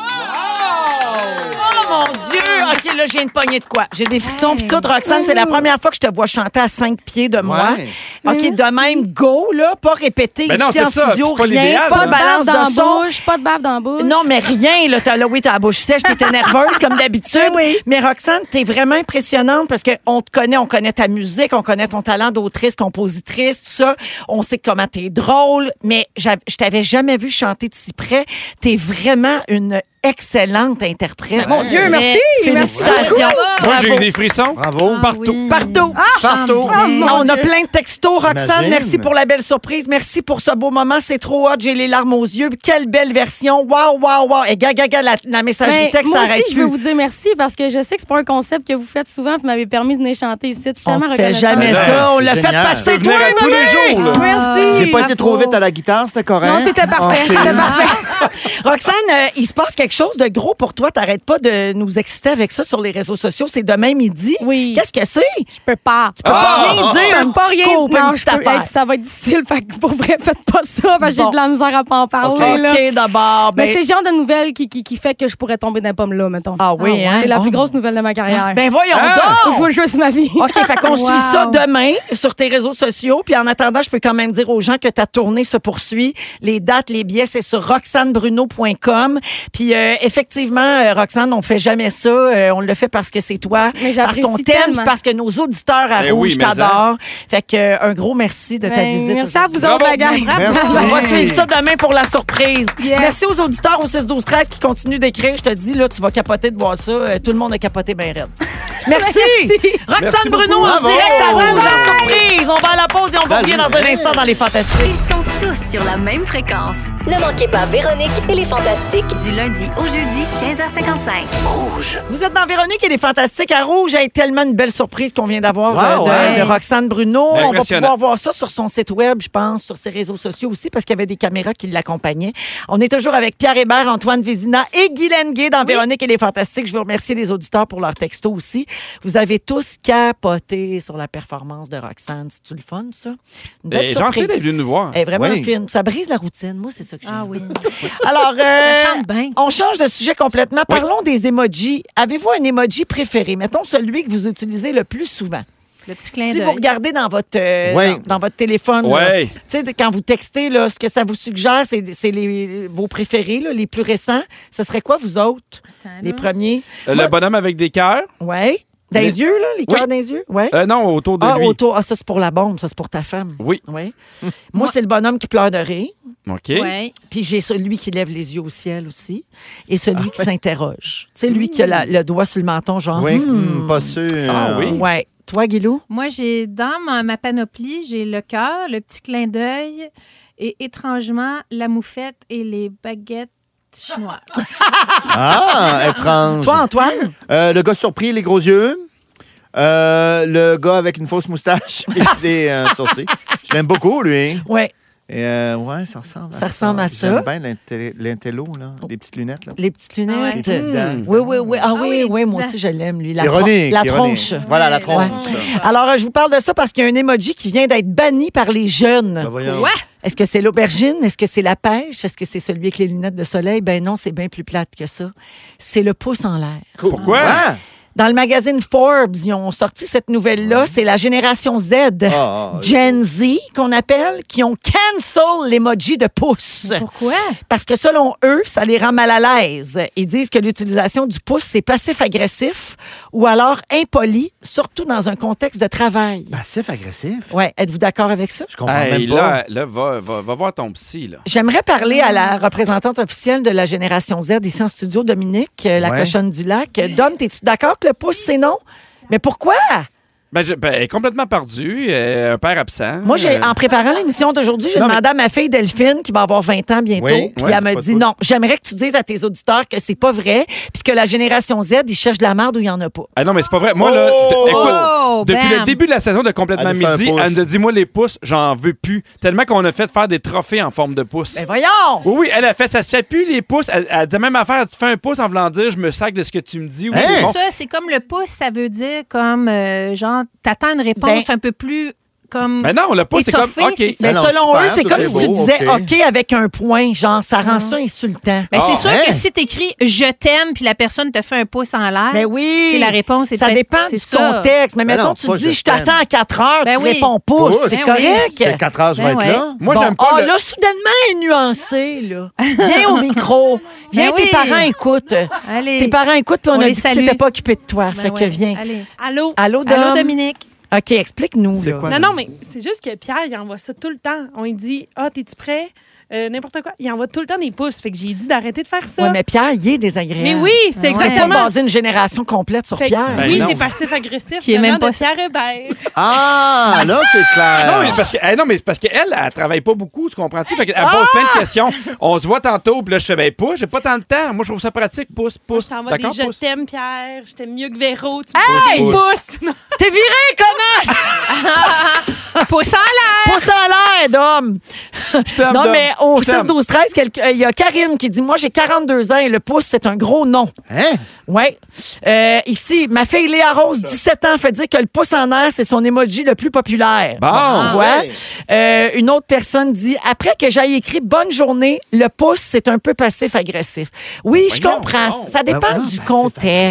mon Dieu! OK, là, je viens de pogner de quoi? J'ai des frissons, puis tout, Roxane, c'est la première fois que je te vois chanter à cinq pieds de moi. Ouais. OK, de même, go, là, pas répéter Ben non, ici en c'est ça, studio, c'est pas rien, l'idéal, pas là. de Pas balance de barbe dans de son. la bouche, pas de bave dans la bouche. Non, mais rien. Là, t'as, là, oui, t'as la bouche sèche, t'étais nerveuse comme d'habitude. Mais Roxane, t'es vraiment impressionnante parce qu'on te connaît, on connaît ta musique, on connaît ton talent d'autrice, compositrice, tout ça. On sait comment t'es drôle, mais j'a- je t'avais jamais vu chanter de si près. T'es vraiment une excellente interprète. mon Dieu, merci! Félicitations! Moi, j'ai eu Bravo. des Ah, frissons. Bravo. Partout. Partout! Ah, Oh, Partout. Ah, Non, on a plein de textos, Roxane. J'imagine. Merci pour la belle surprise. Merci pour ce beau moment. C'est trop hot. J'ai les larmes aux yeux. Quelle belle version. Waouh, waouh, waouh. Et gaga, gaga, la, la messagerie Ben, texte moi s'arrête aussi, je veux plus. vous dire merci parce que je sais que c'est pas un concept que vous faites souvent. Vous m'avez permis de venir chanter ici. Je suis On tellement fait reconnaissante. jamais Ben, ça. On c'est l'a fait génial. passer. Venir à tous les jours, là. Merci. J'ai pas été trop vite à la guitare, c'était correct. Ah, Non, t'étais parfait, Ok. t'étais parfait. Roxane, euh, il se passe quelque chose de gros pour toi. T'arrêtes pas de nous exciter avec ça sur les réseaux sociaux. C'est demain midi. Oui. Qu'est-ce que c'est? Je peux pas. Tu peux pas rien dire. Je un peux pas petit rien. coup, une Non, petite je peux. Hey, affaire. puis ça va être difficile. Fait que pour vrai, faites pas ça. parce que Bon. J'ai de la misère à pas en parler. là. OK, d'abord. Mais ben- c'est le genre de nouvelle qui, qui, qui fait que je pourrais tomber d'un pomme là, mettons. Ah oui, ouais. hein? C'est la Oh. plus grosse nouvelle de ma carrière. Ben voyons Ah! donc! je vois juste ma vie. OK, fait qu'on Wow. suit ça demain sur tes réseaux sociaux. Puis en attendant, je peux quand même dire aux gens que ta tournée se poursuit. Les dates, les billets, c'est sur roxanebruno.com. Puis euh, effectivement, euh, Roxane, on fait jamais ça. Euh, on le fait parce que c'est toi, Mais parce j'apprécie qu'on t'aime, tellement. puis parce que nos auditeurs à Ben Rouge oui, mais t'adorent. Fait que euh, un gros merci de ta Ben, visite. Merci à aujourd'hui. vous autres, Bravo. la gang. Merci. On va suivre ça demain pour la surprise. Yes. Merci aux auditeurs au 6 12 13 qui continuent d'écrire. Je te dis là, tu vas capoter de voir ça. Euh, Tout le monde a capoté bien raide. Merci. Roxane Merci Bruno en Bravo. direct à Rouge en surprise. On va à la pause et on va Salut. revient dans un instant dans les fantastiques. Ils sont tous sur la même fréquence. Ne manquez pas Véronique et les Fantastiques. Du lundi au jeudi, 15h55. Vous êtes dans Véronique et les Fantastiques à Rouge. J'ai tellement une belle surprise qu'on vient d'avoir euh, Wow, de, ouais. de Roxane Bruno. Ben, On va impressionnant. pouvoir voir ça sur son site web, je pense, sur ses réseaux sociaux aussi, parce qu'il y avait des caméras qui l'accompagnaient. On est toujours avec Pierre Hébert, Antoine Vézina et Guylaine Gay dans Véronique et les Fantastiques. Je veux remercier les auditeurs pour leur texto aussi. Vous avez tous capoté sur la performance de Roxane. C'est-tu le fun, ça? Une belle Eh, surprise. Gentil d'être venu nous voir. Elle est vraiment Oui. fine. Ça brise la routine. Moi, c'est ça que j'aime. Ah oui. Alors, euh, Elle chante bien. on change de sujet complètement. Parlons des emojis. Avez-vous un emoji préféré? Mettons celui que vous utilisez le plus souvent. Le petit clin Si d'œil. vous regardez dans votre, euh, Oui. dans, dans votre téléphone, là, Ouais. tu sais, quand vous textez, là, ce que ça vous suggère, c'est c'est les- vos préférés, là, les plus récents. Ce serait quoi, vous autres, Ah les premiers? Euh, Le bonhomme avec des cœurs. Oui. Dans Les- les yeux, là, les Oui. cœurs dans les yeux? Oui. Euh, non, autour de ah, lui. auto. Ah, ça, c'est pour la bombe. Ça, c'est pour ta femme. Oui. Ouais. Moi, c'est le bonhomme qui pleure de rire. OK. Ouais. Puis j'ai celui qui lève les yeux au ciel aussi et Ah celui qui s'interroge. Tu sais, lui qui a la- le doigt sur le menton, genre. Oui, hmm. hmm, pas sûr. Ah oui. Ouais. Toi, Guilou? Moi, j'ai dans ma, ma panoplie, j'ai le cœur, le petit clin d'œil et étrangement, la moufette et les baguettes chinoises. Ah, étrange. Toi, Antoine? Euh, le gars surpris, les gros yeux. Euh, le gars avec une fausse moustache et des euh, sourcils. Je l'aime beaucoup, lui. Ouais. Et euh, ouais, ça ressemble à Ça ressemble à ça. J'aime bien l'inté- l'intello, là. Des petites lunettes, là. Les petites lunettes. Des petites dents. Oui, oui, oui. Ah, Ah oui, oui, oui, les moi petites aussi, je l'aime, lui. La, ironique. tron- la ironique. tronche. Voilà, la Ouais. tronche. Alors, euh, je vous parle de ça parce qu'il y a un emoji qui vient d'être banni par les Ben, jeunes. voyons. Est-ce que c'est l'aubergine? Est-ce que c'est la pêche? Est-ce que c'est celui avec les lunettes de soleil? Ben non, c'est bien plus plate que ça. C'est le pouce en l'air. Pourquoi? Ah, Dans le magazine Forbes, ils ont sorti cette nouvelle-là. C'est la génération Z. ah, Gen Z, qu'on appelle, qui ont cancel l'emoji de pouce. Pourquoi? Parce que selon eux, ça les rend mal à l'aise. Ils disent que l'utilisation du pouce, c'est passif-agressif ou alors impoli, surtout dans un contexte de travail. Passif-agressif. Ouais, êtes-vous d'accord avec ça? Je comprends Hey, même pas. là, euh, là, va, va, va voir ton psy, là. J'aimerais parler à la représentante officielle de la génération Z ici en studio, Dominique, euh, la Ouais. cochonne du lac. Euh, Dom, es-tu d'accord que le pouce, c'est non? Mais pourquoi? Ben, je- ben, elle est complètement perdu, euh, un père absent. Moi, j'ai, Euh, en préparant l'émission d'aujourd'hui, j'ai Non, demandé à ma fille Delphine, qui va avoir 20 ans bientôt, Oui, puis ouais, elle c'est me pas dit tout. non, j'aimerais que tu dises à tes auditeurs que c'est pas vrai, puis que la génération Z, ils cherchent de la merde où il y en a pas. Ah non, mais c'est pas vrai. Moi, là, Oh! d- écoute, Oh, depuis bam. le début de la saison de Complètement Elle nous fait un Midi, pouce. elle nous a dit, moi, les pouces, j'en veux plus. Tellement qu'on a fait faire des trophées en forme de pouce. Ben voyons! Oui, oui, elle a fait ça, ça pue les pouces. Elle, elle dit même affaire, tu fais un pouce en voulant dire, je me sac de ce que tu me dis. Oui, Hein? c'est bon. Ça, c'est comme le pouce, ça veut dire comme, euh, genre, t'attends une réponse un peu plus comme. Mais Ben non, on l'a pas. C'est comme, Étoffé, OK. c'est ça. Mais Ben non, selon super, eux, c'est tout comme est si tu beau, disais OK. OK avec un point. Genre, ça rend ça insultant. Ben, c'est Ah, sûr hein? que si t'écris je t'aime puis la personne te fait un pouce en l'air. Mais Ben oui. Tu sais, la réponse est Ça peut-être- dépend c'est du ça. contexte. Mais Ben mettons, non, tu pas dis je je t'attends à 4 heures, Ben tu oui. réponds pouce. Pouce. C'est Ben oui. correct. C'est 4 heures, je vais Ben ouais. être là. Moi, Bon, j'aime pas ah, le- là, soudainement, elle est nuancée, là. Viens au micro. Viens, Ben tes oui. parents écoutent. Allez. Tes parents écoutent, puis on, On a les dit que salue. c'était pas occupé de toi. Ben fait ouais, que viens. Allez. Allô? Allô, Dom? Allô, Dominique. OK, explique-nous. C'est là. quoi? Non, non, mais c'est juste que Pierre, il envoie ça tout le temps. On lui dit Ah, t'es-tu prêt? Euh, N'importe quoi. Il envoie tout le temps des pouces. Fait que j'ai dit d'arrêter de faire ça. Ouais, mais Pierre, il est désagréable. Mais oui, c'est Ah ouais. On exactement. baser une génération complète sur Fait que Pierre. Ben oui, non. c'est passif-agressif. Qui est même vraiment, pas- de Pierre Hébert. Ah, là, c'est clair. Non, mais parce que, eh, non, mais c'est parce qu'elle, elle, elle travaille pas beaucoup, tu comprends-tu? Fait qu'elle pose plein Ah! de questions. On se voit tantôt, puis là, je fais, ben, pousse, j'ai pas tant de temps. Moi, je trouve ça pratique, pousse, pousse. Je t'envoie des D'accord, je pousse. t'aime, Pierre. Je t'aime mieux que Véro. Tu Hey! me pousses des pouces. Non. T'es viré, connasse! Pouce en l'air. Pousse en l'air, Dom! Je t'aime, Non, Dom. mais au Je t'aime. 6, 12, 13, quelqu'un- euh, il y a Karine qui dit Moi, j'ai 42 ans et le pouce, c'est un gros non. Hein? Oui. ici, ma fille Léa Rose, 17 ans, fait dire que le pouce en l'air, c'est son emoji le plus populaire. Bon. Tu vois? Euh, une autre personne dit Après que j'aille écrit bonne journée, le pouce, c'est un peu passif-agressif. Oui, je voyons comprends. donc. Ça dépend Ben voilà, du passif-agressif.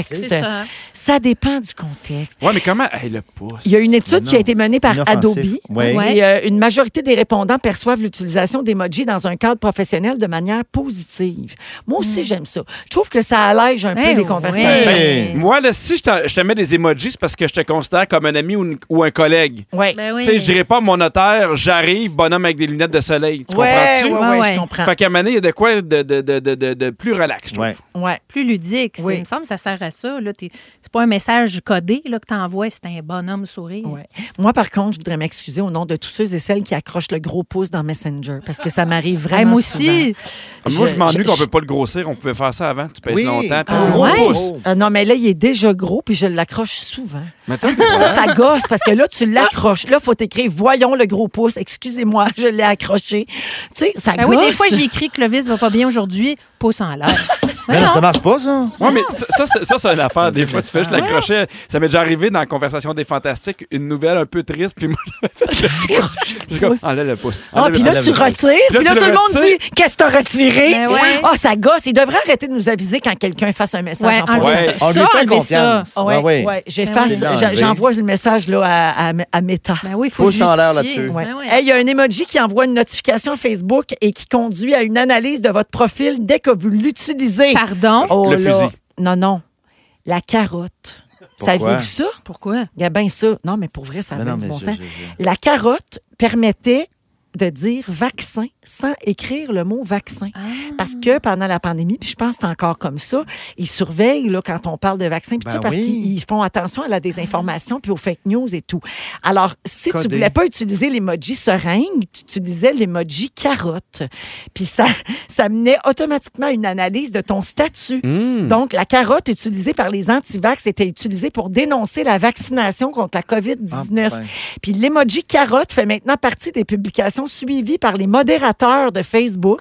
contexte. C'est ça. Ça dépend du contexte. Ouais, mais comment? Hey, le pouce. Il y a une étude Mais qui a non. été menée par Inoffensif. Adobe. Ouais. Ouais. Et, euh, une majorité des répondants perçoivent l'utilisation d'emojis dans un cadre professionnel de manière positive. Moi aussi, j'aime ça. Je trouve que ça allège un Ben peu les ouais. conversations. Hey. Moi, là, si je te, je te mets des emojis, c'est parce que je te considère comme un ami ou, une- ou un collègue. Ouais. Ben oui. Tu sais, je dirais pas mon notaire, j'arrive, bonhomme avec des lunettes de soleil. Tu Ouais, comprends-tu? ouais, ouais, Ouais. je comprends. Fait qu'à un moment donné, il y a de quoi de, de, de, de, de- de plus relax, je trouve. Ouais. Ouais. Plus ludique. C'est- Oui. Il me semble que ça sert à ça. là. T'es- C'est pas un message codé là, que t'envoies. C'est un bonhomme sourire. Ouais. Moi, par contre, je voudrais m'excuser au nom de tous ceux et celles qui accrochent le gros pouce dans Messenger, parce que ça m'arrive vraiment Hey, moi souvent. aussi. Moi, je Je- m'ennuie je- qu'on je- peut pas le grossir. On pouvait faire ça avant. Tu pèses Oui. Oh. longtemps. puis Ah, gros ouais? pouce. Ah non, mais là, il est déjà gros, puis je l'accroche souvent. Mais attends, Ça, ça gosse, parce que là, tu l'accroches. Là, faut t'écrire « Voyons le gros pouce, excusez-moi, je l'ai accroché. » Tu sais, ça Ben gosse. oui, des fois, j'écris Clovis va pas bien aujourd'hui. Pouce en l'air. Mais non. non, ça marche pas, ça. Ouais, mais ça, ça, c'est- ça, c'est une affaire. Des fois, tu fais, je l'accrochais. Ça m'est déjà arrivé dans la conversation des fantastiques, une nouvelle un peu triste, puis moi, j'avais fait le pouce. J'ai comme, enlève le pouce. Ah, enlève puis le là, pouce. tu retires. Puis là, tu tout le le monde retires. dit « Qu'est-ce que t'as retiré? Ben ouais. Ah, ça gosse. Il devrait arrêter de nous aviser quand quelqu'un fasse un message Ouais, en enlevez privé. Ouais. ça. On lui Ça, fait enlevez ça. confiance. Ah Ben oui. ouais. Ben J'efface, oui. j'a- j'envoie le message là, à, à, à Meta. Ben oui, il faut Pouce en l'air justifier. là-dessus. Ouais. Ben oui. Hey, il y a un emoji qui envoie une notification à Facebook et qui conduit à une analyse de votre profil dès que vous l'utilisez. Pardon. Oh Le là. fusil. Non, non. La carotte. Pourquoi? Saviez-vous ça? Pourquoi? Il y a bien ça. Non, mais pour vrai, ça a Mais bien non, du mais bon je- sens. je- je- La carotte permettait de dire vaccin sans écrire le mot vaccin. Ah. Parce que pendant la pandémie, puis je pense que c'est encore comme ça, ils surveillent là, quand on parle de vaccin, puis Ben tout, parce oui. qu'ils ils font attention à la désinformation, puis aux fake news et tout. Alors, si tu Codé. voulais pas utiliser l'emoji seringue, tu utilisais l'emoji carotte. Puis ça, ça menait automatiquement à une analyse de ton statut. Hmm. Hmm. Donc, la carotte utilisée par les antivax était utilisée pour dénoncer la vaccination contre la COVID-19. Ah, ben. Puis l'emoji carotte fait maintenant partie des publications suivies par les modérateurs de Facebook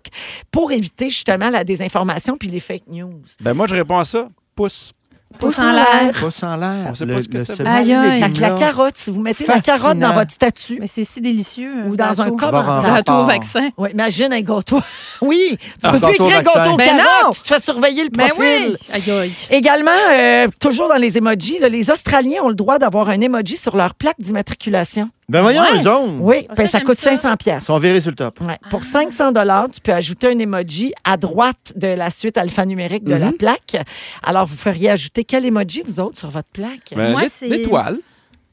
pour éviter justement la désinformation puis les fake news. Ben, moi, je réponds à ça. Pouce. Pouce en l'air. Pouce en l'air. On sait Le- pas ce que le- c'est. ce Aïe, petit aïe. Fait que la légume-là. carotte, si vous mettez la Fascinant. carotte dans votre statut Mais c'est si délicieux. euh, ou dans un gâteau. avoir un commentaire. Gâteau au rapport. vaccin. Ouais, imagine un gâteau. Oui, tu Un peux plus gâteau au écrire vaccin. gâteau au Ben carotte, non. tu te fais surveiller le Ben profil. oui. Aïe, aïe. Également, euh, toujours dans les emojis, là, les Australiens ont le droit d'avoir un emoji sur leur plaque d'immatriculation. Ben voyons, Ouais. eux autres. Oui, Ah, ben, ça, ça j'aime coûte ça. 500 Ils pièces. sont virés sur le top. Ouais. Ah. Pour 500 tu peux ajouter un emoji à droite de la suite alphanumérique de Mhm. la plaque. Alors, vous feriez ajouter quel emoji, vous autres, sur votre plaque? Ben, Moi, l'é- c'est- l'étoile.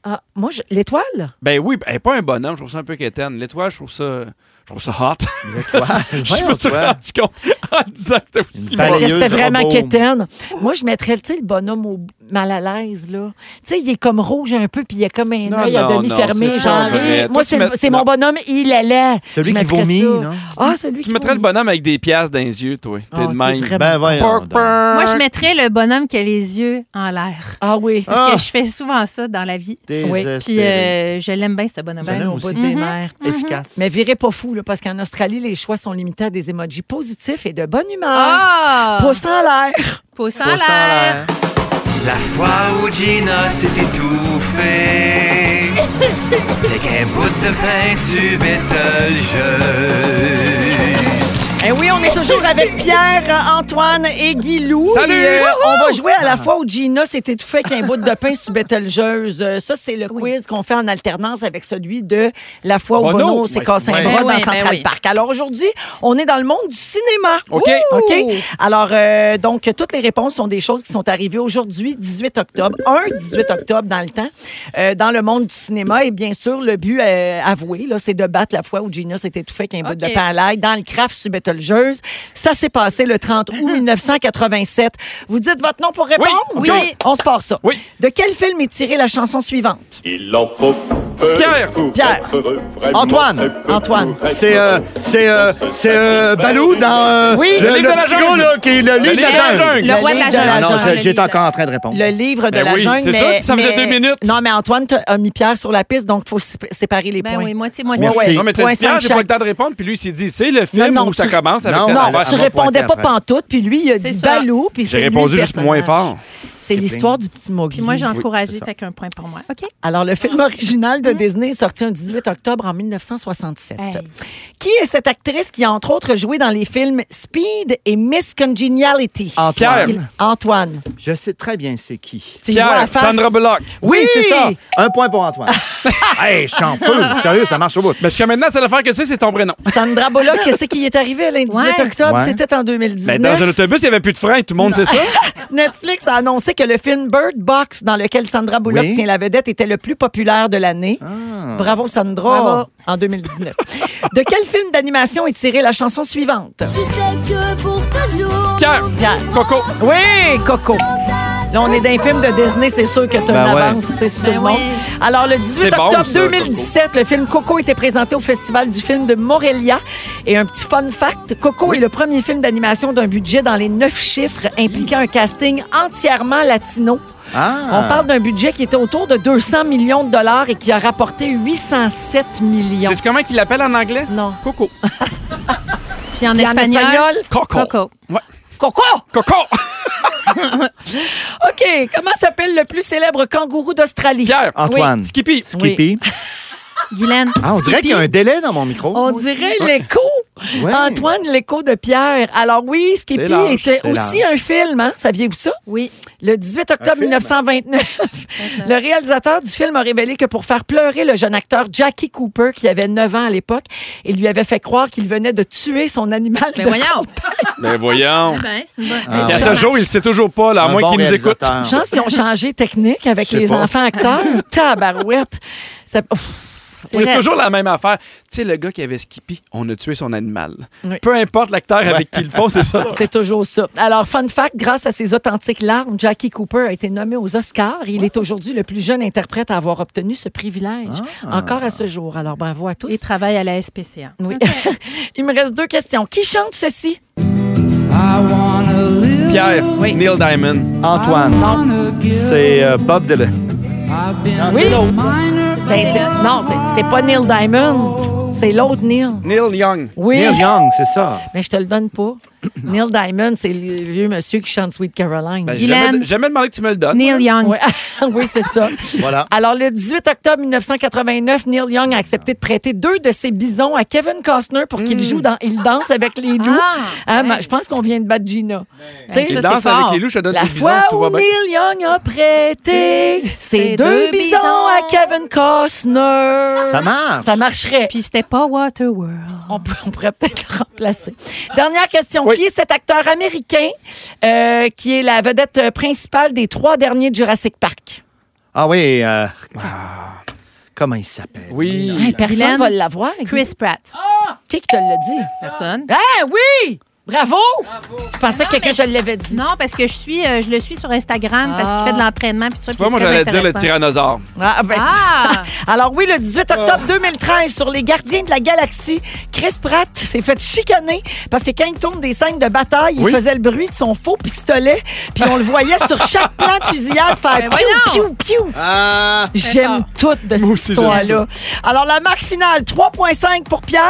Ah, moi, je- l'étoile? Ben oui, ben, pas un bonhomme. Je trouve ça un peu quétaine. L'étoile, je trouve ça. Je trouve ça hot. je me suis toi. rendu compte Ah, en disant que t'as aussi. Une balayeuse C'était vraiment robot. quétaine. Moi, je mettrais, tu sais, le bonhomme au mal à l'aise, là. Tu sais, il est comme rouge un peu, puis il a comme un Non, œil à non, demi non, fermé, c'est genre. pas vrai. eh, Toi, Moi, tu c'est mets- c'est mon non. bonhomme, il allait. Celui qui vomit, non? Ah, celui Tu qui mettrais le vomit. bonhomme avec des pièces dans les yeux, toi. T'es Ah, de t'es même. vraiment- Ben voyons. Pork, donc. pork. Moi, je mettrais le bonhomme qui a les yeux en l'air. Ah oui. Parce Ah. que je fais souvent ça dans la vie. Désespéré. Puis euh, je l'aime bien, ce bonhomme. Ben, Ben, non, au bout aussi. des Mhm. nerfs. Efficace. Mais virez pas fou, là, parce qu'en Australie, les choix sont limités à des emojis positifs et de bonne humeur. Ah! Pouce en l'air. Pouce en Pouce en l'air. l'air. La fois où Gina s'est étouffée. Avec un bout de pain subétolgeuse. Eh oui, on est toujours avec Pierre, euh, Antoine et Guilou. Salut! Et, euh, on va jouer à la fois où Gina s'est étouffée avec un bout de pain sous Betelgeuse. Euh, Ça, c'est le quiz qu'on fait en alternance avec celui de la fois où Bono. Bono, s'est Oui. cassé un Oui. bras Ben dans oui, ben Central oui. Park. Alors aujourd'hui, on est dans le monde du cinéma. OK. OK? Alors, euh, donc, toutes les réponses sont des choses qui sont arrivées aujourd'hui, 18 octobre, un 18 octobre dans le temps, euh, dans le monde du cinéma. Et bien sûr, le but euh, avoué, là, c'est de battre la fois où Gina s'est étouffée avec un bout OK. de pain à l'ail dans le craft subétolgeuse. Ça s'est passé le 30 août 1987. Vous dites votre nom pour répondre? Oui. OK. On se part ça. Oui. De quel film est tirée la chanson suivante? Il en faut peu Pierre. pour Pierre. être heureux, vraiment Antoine. très peu Antoine. pour être C'est euh, heureux. c'est euh, c'est euh, Balou dans euh, Oui. le, Le livre le de la petit jungle. gars là qui est le livre de livre la jungle. Eh Le roi de la livre de jungle. Ah non, Le c'est- livre j'étais de- encore en train de répondre. Le livre de Ben la oui, jungle. c'est mais- ça, ça faisait mais- deux minutes. Non, mais Antoine t'a- a mis Pierre sur la piste, donc il faut sé- séparer les Ben points. oui, moitié, moitié. Merci. Ouais, ouais. Non, mais t'as Point dit, Pierre, cinq j'ai pas chaque. le temps de répondre. Puis lui, il s'est dit, c'est le film Non, non, où ça tu- commence avec Non, telle non, Non, affaire. avant tu de répondais pointer pas après. pantoute, puis lui, il a C'est dit ça. Balou, puis c'est J'ai lui répondu le juste moins personnage. fort. C'est l'histoire du petit Mowgli. Puis moi, j'ai encouragé, c'est ça. fait qu'un point pour moi. OK. Alors, le Ah. film original de Disney est sorti un 18 octobre en 1967. Hey. Qui est cette actrice qui a entre autres joué dans les films Speed et Miss Congeniality? Ah, Antoine. Pierre. Antoine, Je sais très bien c'est qui. tu y vois la Pierre, face? Sandra Bullock. Oui, Oui. c'est ça. Un point pour Antoine. hey, je suis en feu. Sérieux, ça marche au bout. Mais jusqu'à maintenant, c'est l'affaire que tu sais, c'est ton prénom. Sandra Bullock, qu'est-ce qui est arrivé le 18 Ouais. octobre? Ouais. C'était en 2019. Ben, dans un autobus, il n'y avait plus de frein, tout le monde sait ça. Netflix a annoncé que le film Bird Box, dans lequel Sandra Bullock Oui. tient la vedette, était le plus populaire de l'année. Ah. Bravo Sandra Bravo. en 2019. de quel film d'animation est tirée la chanson suivante? Tu sais que pour toujours. Pierre, Pierre. Coco. Oui, Coco. Là, on est d'un film de Disney, c'est sûr que tu as Ben une ouais. avance, c'est sur tout le Ben monde. oui. Alors, le 18 C'est bon, octobre ça, 2017, le film Coco était présenté au Festival du film de Morelia. Et un petit fun fact, Coco est le premier film d'animation d'un budget dans les neuf chiffres impliquant un casting entièrement latino. Ah. On parle d'un budget qui était autour de 200 millions de dollars et qui a rapporté 807 millions. C'est comment qu'il l'appelle en anglais? Non. Coco. Puis en, Puis en espagnol, espagnol, Coco. Coco. Coco! Coco. OK, comment s'appelle le plus célèbre kangourou d'Australie? Pierre. Antoine. Skippy. Skippy. Guylaine. Ah, on dirait Skippy. qu'il y a un délai dans mon micro. On Moi dirait l'écho. Ouais. Antoine, l'écho de Pierre. Alors oui, Skippy large, était c'est aussi large. un film, hein? Saviez-vous ça? Oui. Le 18 octobre film. 1929, Uh-huh. le réalisateur du film a révélé que pour faire pleurer le jeune acteur Jackie Cooper, qui avait 9 ans à l'époque, il lui avait fait croire qu'il venait de tuer son animal Ben de voyons. Ben voyons. Ben, c'est une bonne... Ah. Et à ce jour, il ne sait toujours pas, là, à Un moins bon qu'il nous écoute. réalisateur. Je pense qu'ils ont changé technique avec Je sais les pas. enfants acteurs. Tabarouette. Ça- Ouf. C'est C'est vrai. toujours la même affaire. Tu sais, le gars qui avait Skippy, on a tué son animal. Oui. Peu importe l'acteur avec qui ils le font, c'est ça. C'est toujours ça. Alors, fun fact, grâce à ses authentiques larmes, Jackie Cooper a été nommé aux Oscars. Il est aujourd'hui le plus jeune interprète à avoir obtenu ce privilège, encore à ce jour. Alors, bravo à tous. Et travaille à la SPCA. Oui. Il me reste deux questions. Qui chante ceci? Pierre, Neil Diamond. Antoine. C'est euh, Bob Dylan. Non, Oui. c'est l'autre. Ben, c'est- non, c'est- c'est pas Neil Diamond. C'est l'autre Neil. Neil Young. Oui, Neil Young, c'est ça. mais je te le donne pas. Neil Diamond, c'est le vieux monsieur qui chante Sweet Caroline. Ben, j'ai Guylaine. jamais, jamais demandé que tu me le donnes. Neil Young. Ouais. oui, c'est ça. Voilà. Alors, le 18 octobre 1989, Neil Young a accepté de prêter deux de ses bisons à Kevin Costner pour qu'il joue dans Il danse avec les loups. Ah, Hein, ouais. ben, Je pense qu'on vient de battre Gina. Tu sais, ça, Il c'est danse fort. avec les loups, je te donne la des bisons, fois tout va où bien. Neil Young a prêté ses Ses deux deux bisons à bisons. Kevin Costner. Ça marche. Ça marcherait. Puis c'était pas Waterworld. On, peut- on pourrait peut-être le remplacer. Dernière question. Oui. Qui est cet acteur américain euh, qui est la vedette euh, principale des trois derniers de Jurassic Park? Ah oui. euh, Comment il s'appelle? Hey, Oui. personne Guylaine. va l'avoir. Chris Pratt. Qui qui te l'a dit? Personne. Ah oui! Bravo! Je pensais que quelqu'un te l'avait dit. Non, parce que je suis, euh, je le suis sur Instagram parce qu'il fait de l'entraînement puis tout ça. Tu vois, moi, j'allais dire le tyrannosaure. Ah, ben, Ah! Alors oui, le 18 octobre 2013, sur Les Gardiens de la Galaxie, Chris Pratt s'est fait chicaner parce que quand il tourne des scènes de bataille, Oui. il faisait le bruit de son faux pistolet, puis on le voyait sur chaque plan de fusillade faire Ben voyons! piou, piou, piou. Ah! J'aime tout de cette Moi aussi, j'aime histoire-là. Alors, la marque finale, 3,5 pour Pierre,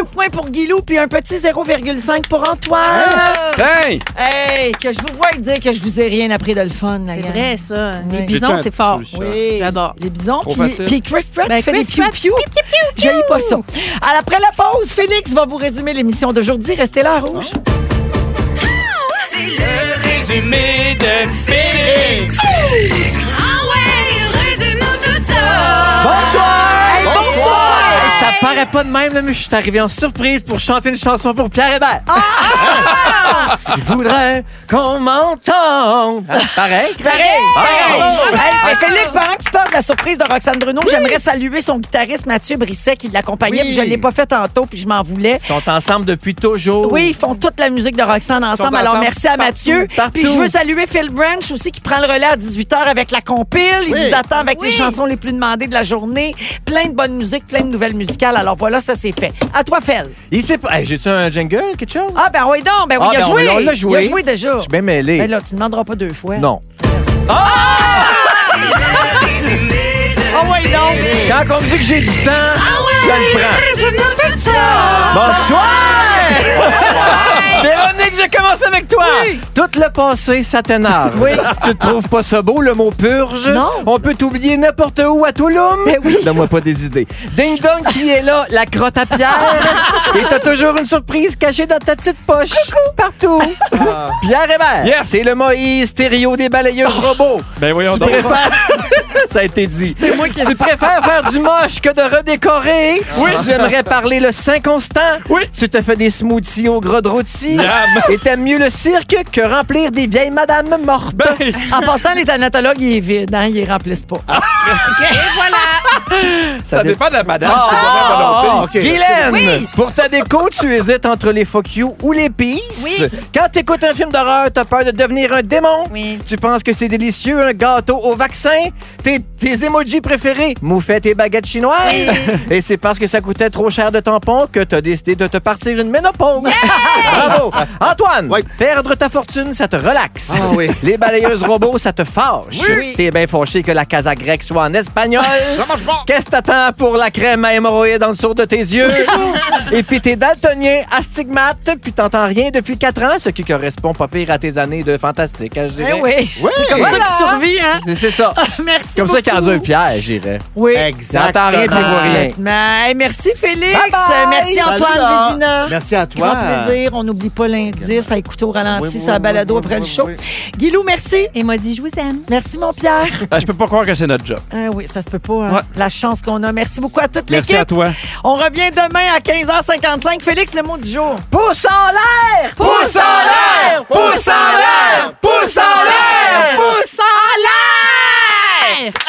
1 point pour Guilou, puis un petit 0,5 pour pour Antoine. Ah! Hein? Hey! Hey, que je vous vois dire que je vous ai rien appris de le fun. la C'est gang. vrai, ça. Les Oui. bisons, c'est fort. Oui, J'adore. Les bisons. Trop Puis, facile. puis Chris Pratt Ben, qui fait Chris des piou Pratt, piou. J'aille pas ça. Alors, après la pause, Félix va vous résumer l'émission d'aujourd'hui. Restez là, Rouge. Ah. C'est le Résumé de Félix. Ah ouais, résume-nous tout ça. Hey, bonsoir! Hey, ça paraît pas de même, là, mais je suis arrivé en surprise pour chanter une chanson pour Pierre Hébert. Je voudrais qu'on m'entende. Ah, c'est Pareil, Pareil! Pareil. Hey, mais Félix, pendant que tu parles de la surprise de Roxane Bruno, j'aimerais saluer son guitariste Mathieu Brisset qui l'accompagnait, Oui. puis je ne l'ai pas fait tantôt, puis je m'en voulais. Ils sont ensemble depuis toujours. Oui, ils font toute la musique de Roxane ensemble. ensemble Alors, merci à partout, Mathieu. partout. Puis je veux saluer Phil Branch aussi qui prend le relais à 18h avec la compile. Il Oui. nous attend avec les Oui. chansons les plus demandées de la journée. Plein de bonnes musiques, plein de nouvelles musicales. Alors voilà, ça c'est fait. À toi, Phil. Il sait pas. Hey, J'ai-tu un jingle, quelque chose? Ah ben oui donc, ben oui, Ah, il a ben, on- joué. on l'a joué. Il a joué déjà. Je suis bien mêlé. Ben là, tu ne demanderas pas deux fois. Non. Ah oui donc. Quand on me dit que j'ai du temps, je le prends. Résume-nous tout ça. Bonsoir! Véronique, je commence avec toi. Tout le passé, ça t'énerve. Oui. Tu te trouves pas ça beau, le mot purge? Non. On peut t'oublier n'importe où à Touloum? Ben oui. Donne-moi pas des idées. Ding dong qui est là, la crotte à pierre. Et t'as toujours une surprise cachée dans ta petite poche. Partout. Ah. Pierre Hébert. Yes. C'est le Moïse stéréo des balayeuses Oh. robots. Ben voyons Tu donc. préfères... Ça a été dit. Tu préfères faire du moche que de redécorer. Oui. J'aimerais parler le Saint Constant. Oui. Tu te fais des smoothies au gros de rôti. Miam. Et t'aimes mieux le cirque que remplir des vieilles madames mortes. Ben, En passant, les anatologues, il est vide, hein, ils ne remplissent pas. Ah, ça dépend de la madame. c'est vraiment pas long. Ah, volonté. Ok. Guylaine, pour ta déco, tu hésites entre les fuck you ou les peace. Quand t'écoutes un film d'horreur, t'as peur de devenir un démon. Oui. Tu penses que c'est délicieux, un gâteau au vaccin. Tes, tes emojis préférés, moufettes et baguettes chinoises. Et c'est parce que ça coûtait trop cher de tampons que t'as décidé de te partir une ménopause. Bravo. Antoine, Ouais. perdre ta fortune, ça te relaxe. Ah oui. Les balayeuses robots, ça te fâche. Oui. T'es bien fâché que la casa grecque soit en espagnol. Ça marche pas. Qu'est-ce que t'attends pour la crème à hémorroïdes en dessous de tes yeux? Et puis t'es daltonien, astigmate, puis t'entends rien depuis 4 ans, ce qui correspond pas pire à tes années de fantastique, hein, je Eh dirais. oui. Oui. C'est comme ça qu'il survit, hein? C'est ça. Merci. Comme ça, beaucoup. quand un pierre, j'irais. Oui. J'entends rien, puis je vois rien. Mais, merci Félix. Bye bye. Merci Salut, Antoine là. Vézina. Merci à toi. Grand plaisir. On n'oublie pas l'indice à écouter au Oui, ralenti, oui, sa oui, balado oui, après oui, le show. oui. Guilou, merci. Et m'a dit, je vous aime. Merci, mon Pierre. Ah, je peux pas croire que c'est notre job. Ah oui, ça se peut pas. hein. Ouais. La chance qu'on a. Merci beaucoup à toute Merci à l'équipe. toi. On revient demain à 15h55. Félix, le mot du jour. Pouce en l'air! Pouce en l'air! Pouce en l'air! Pouce en l'air! Pouce en l'air!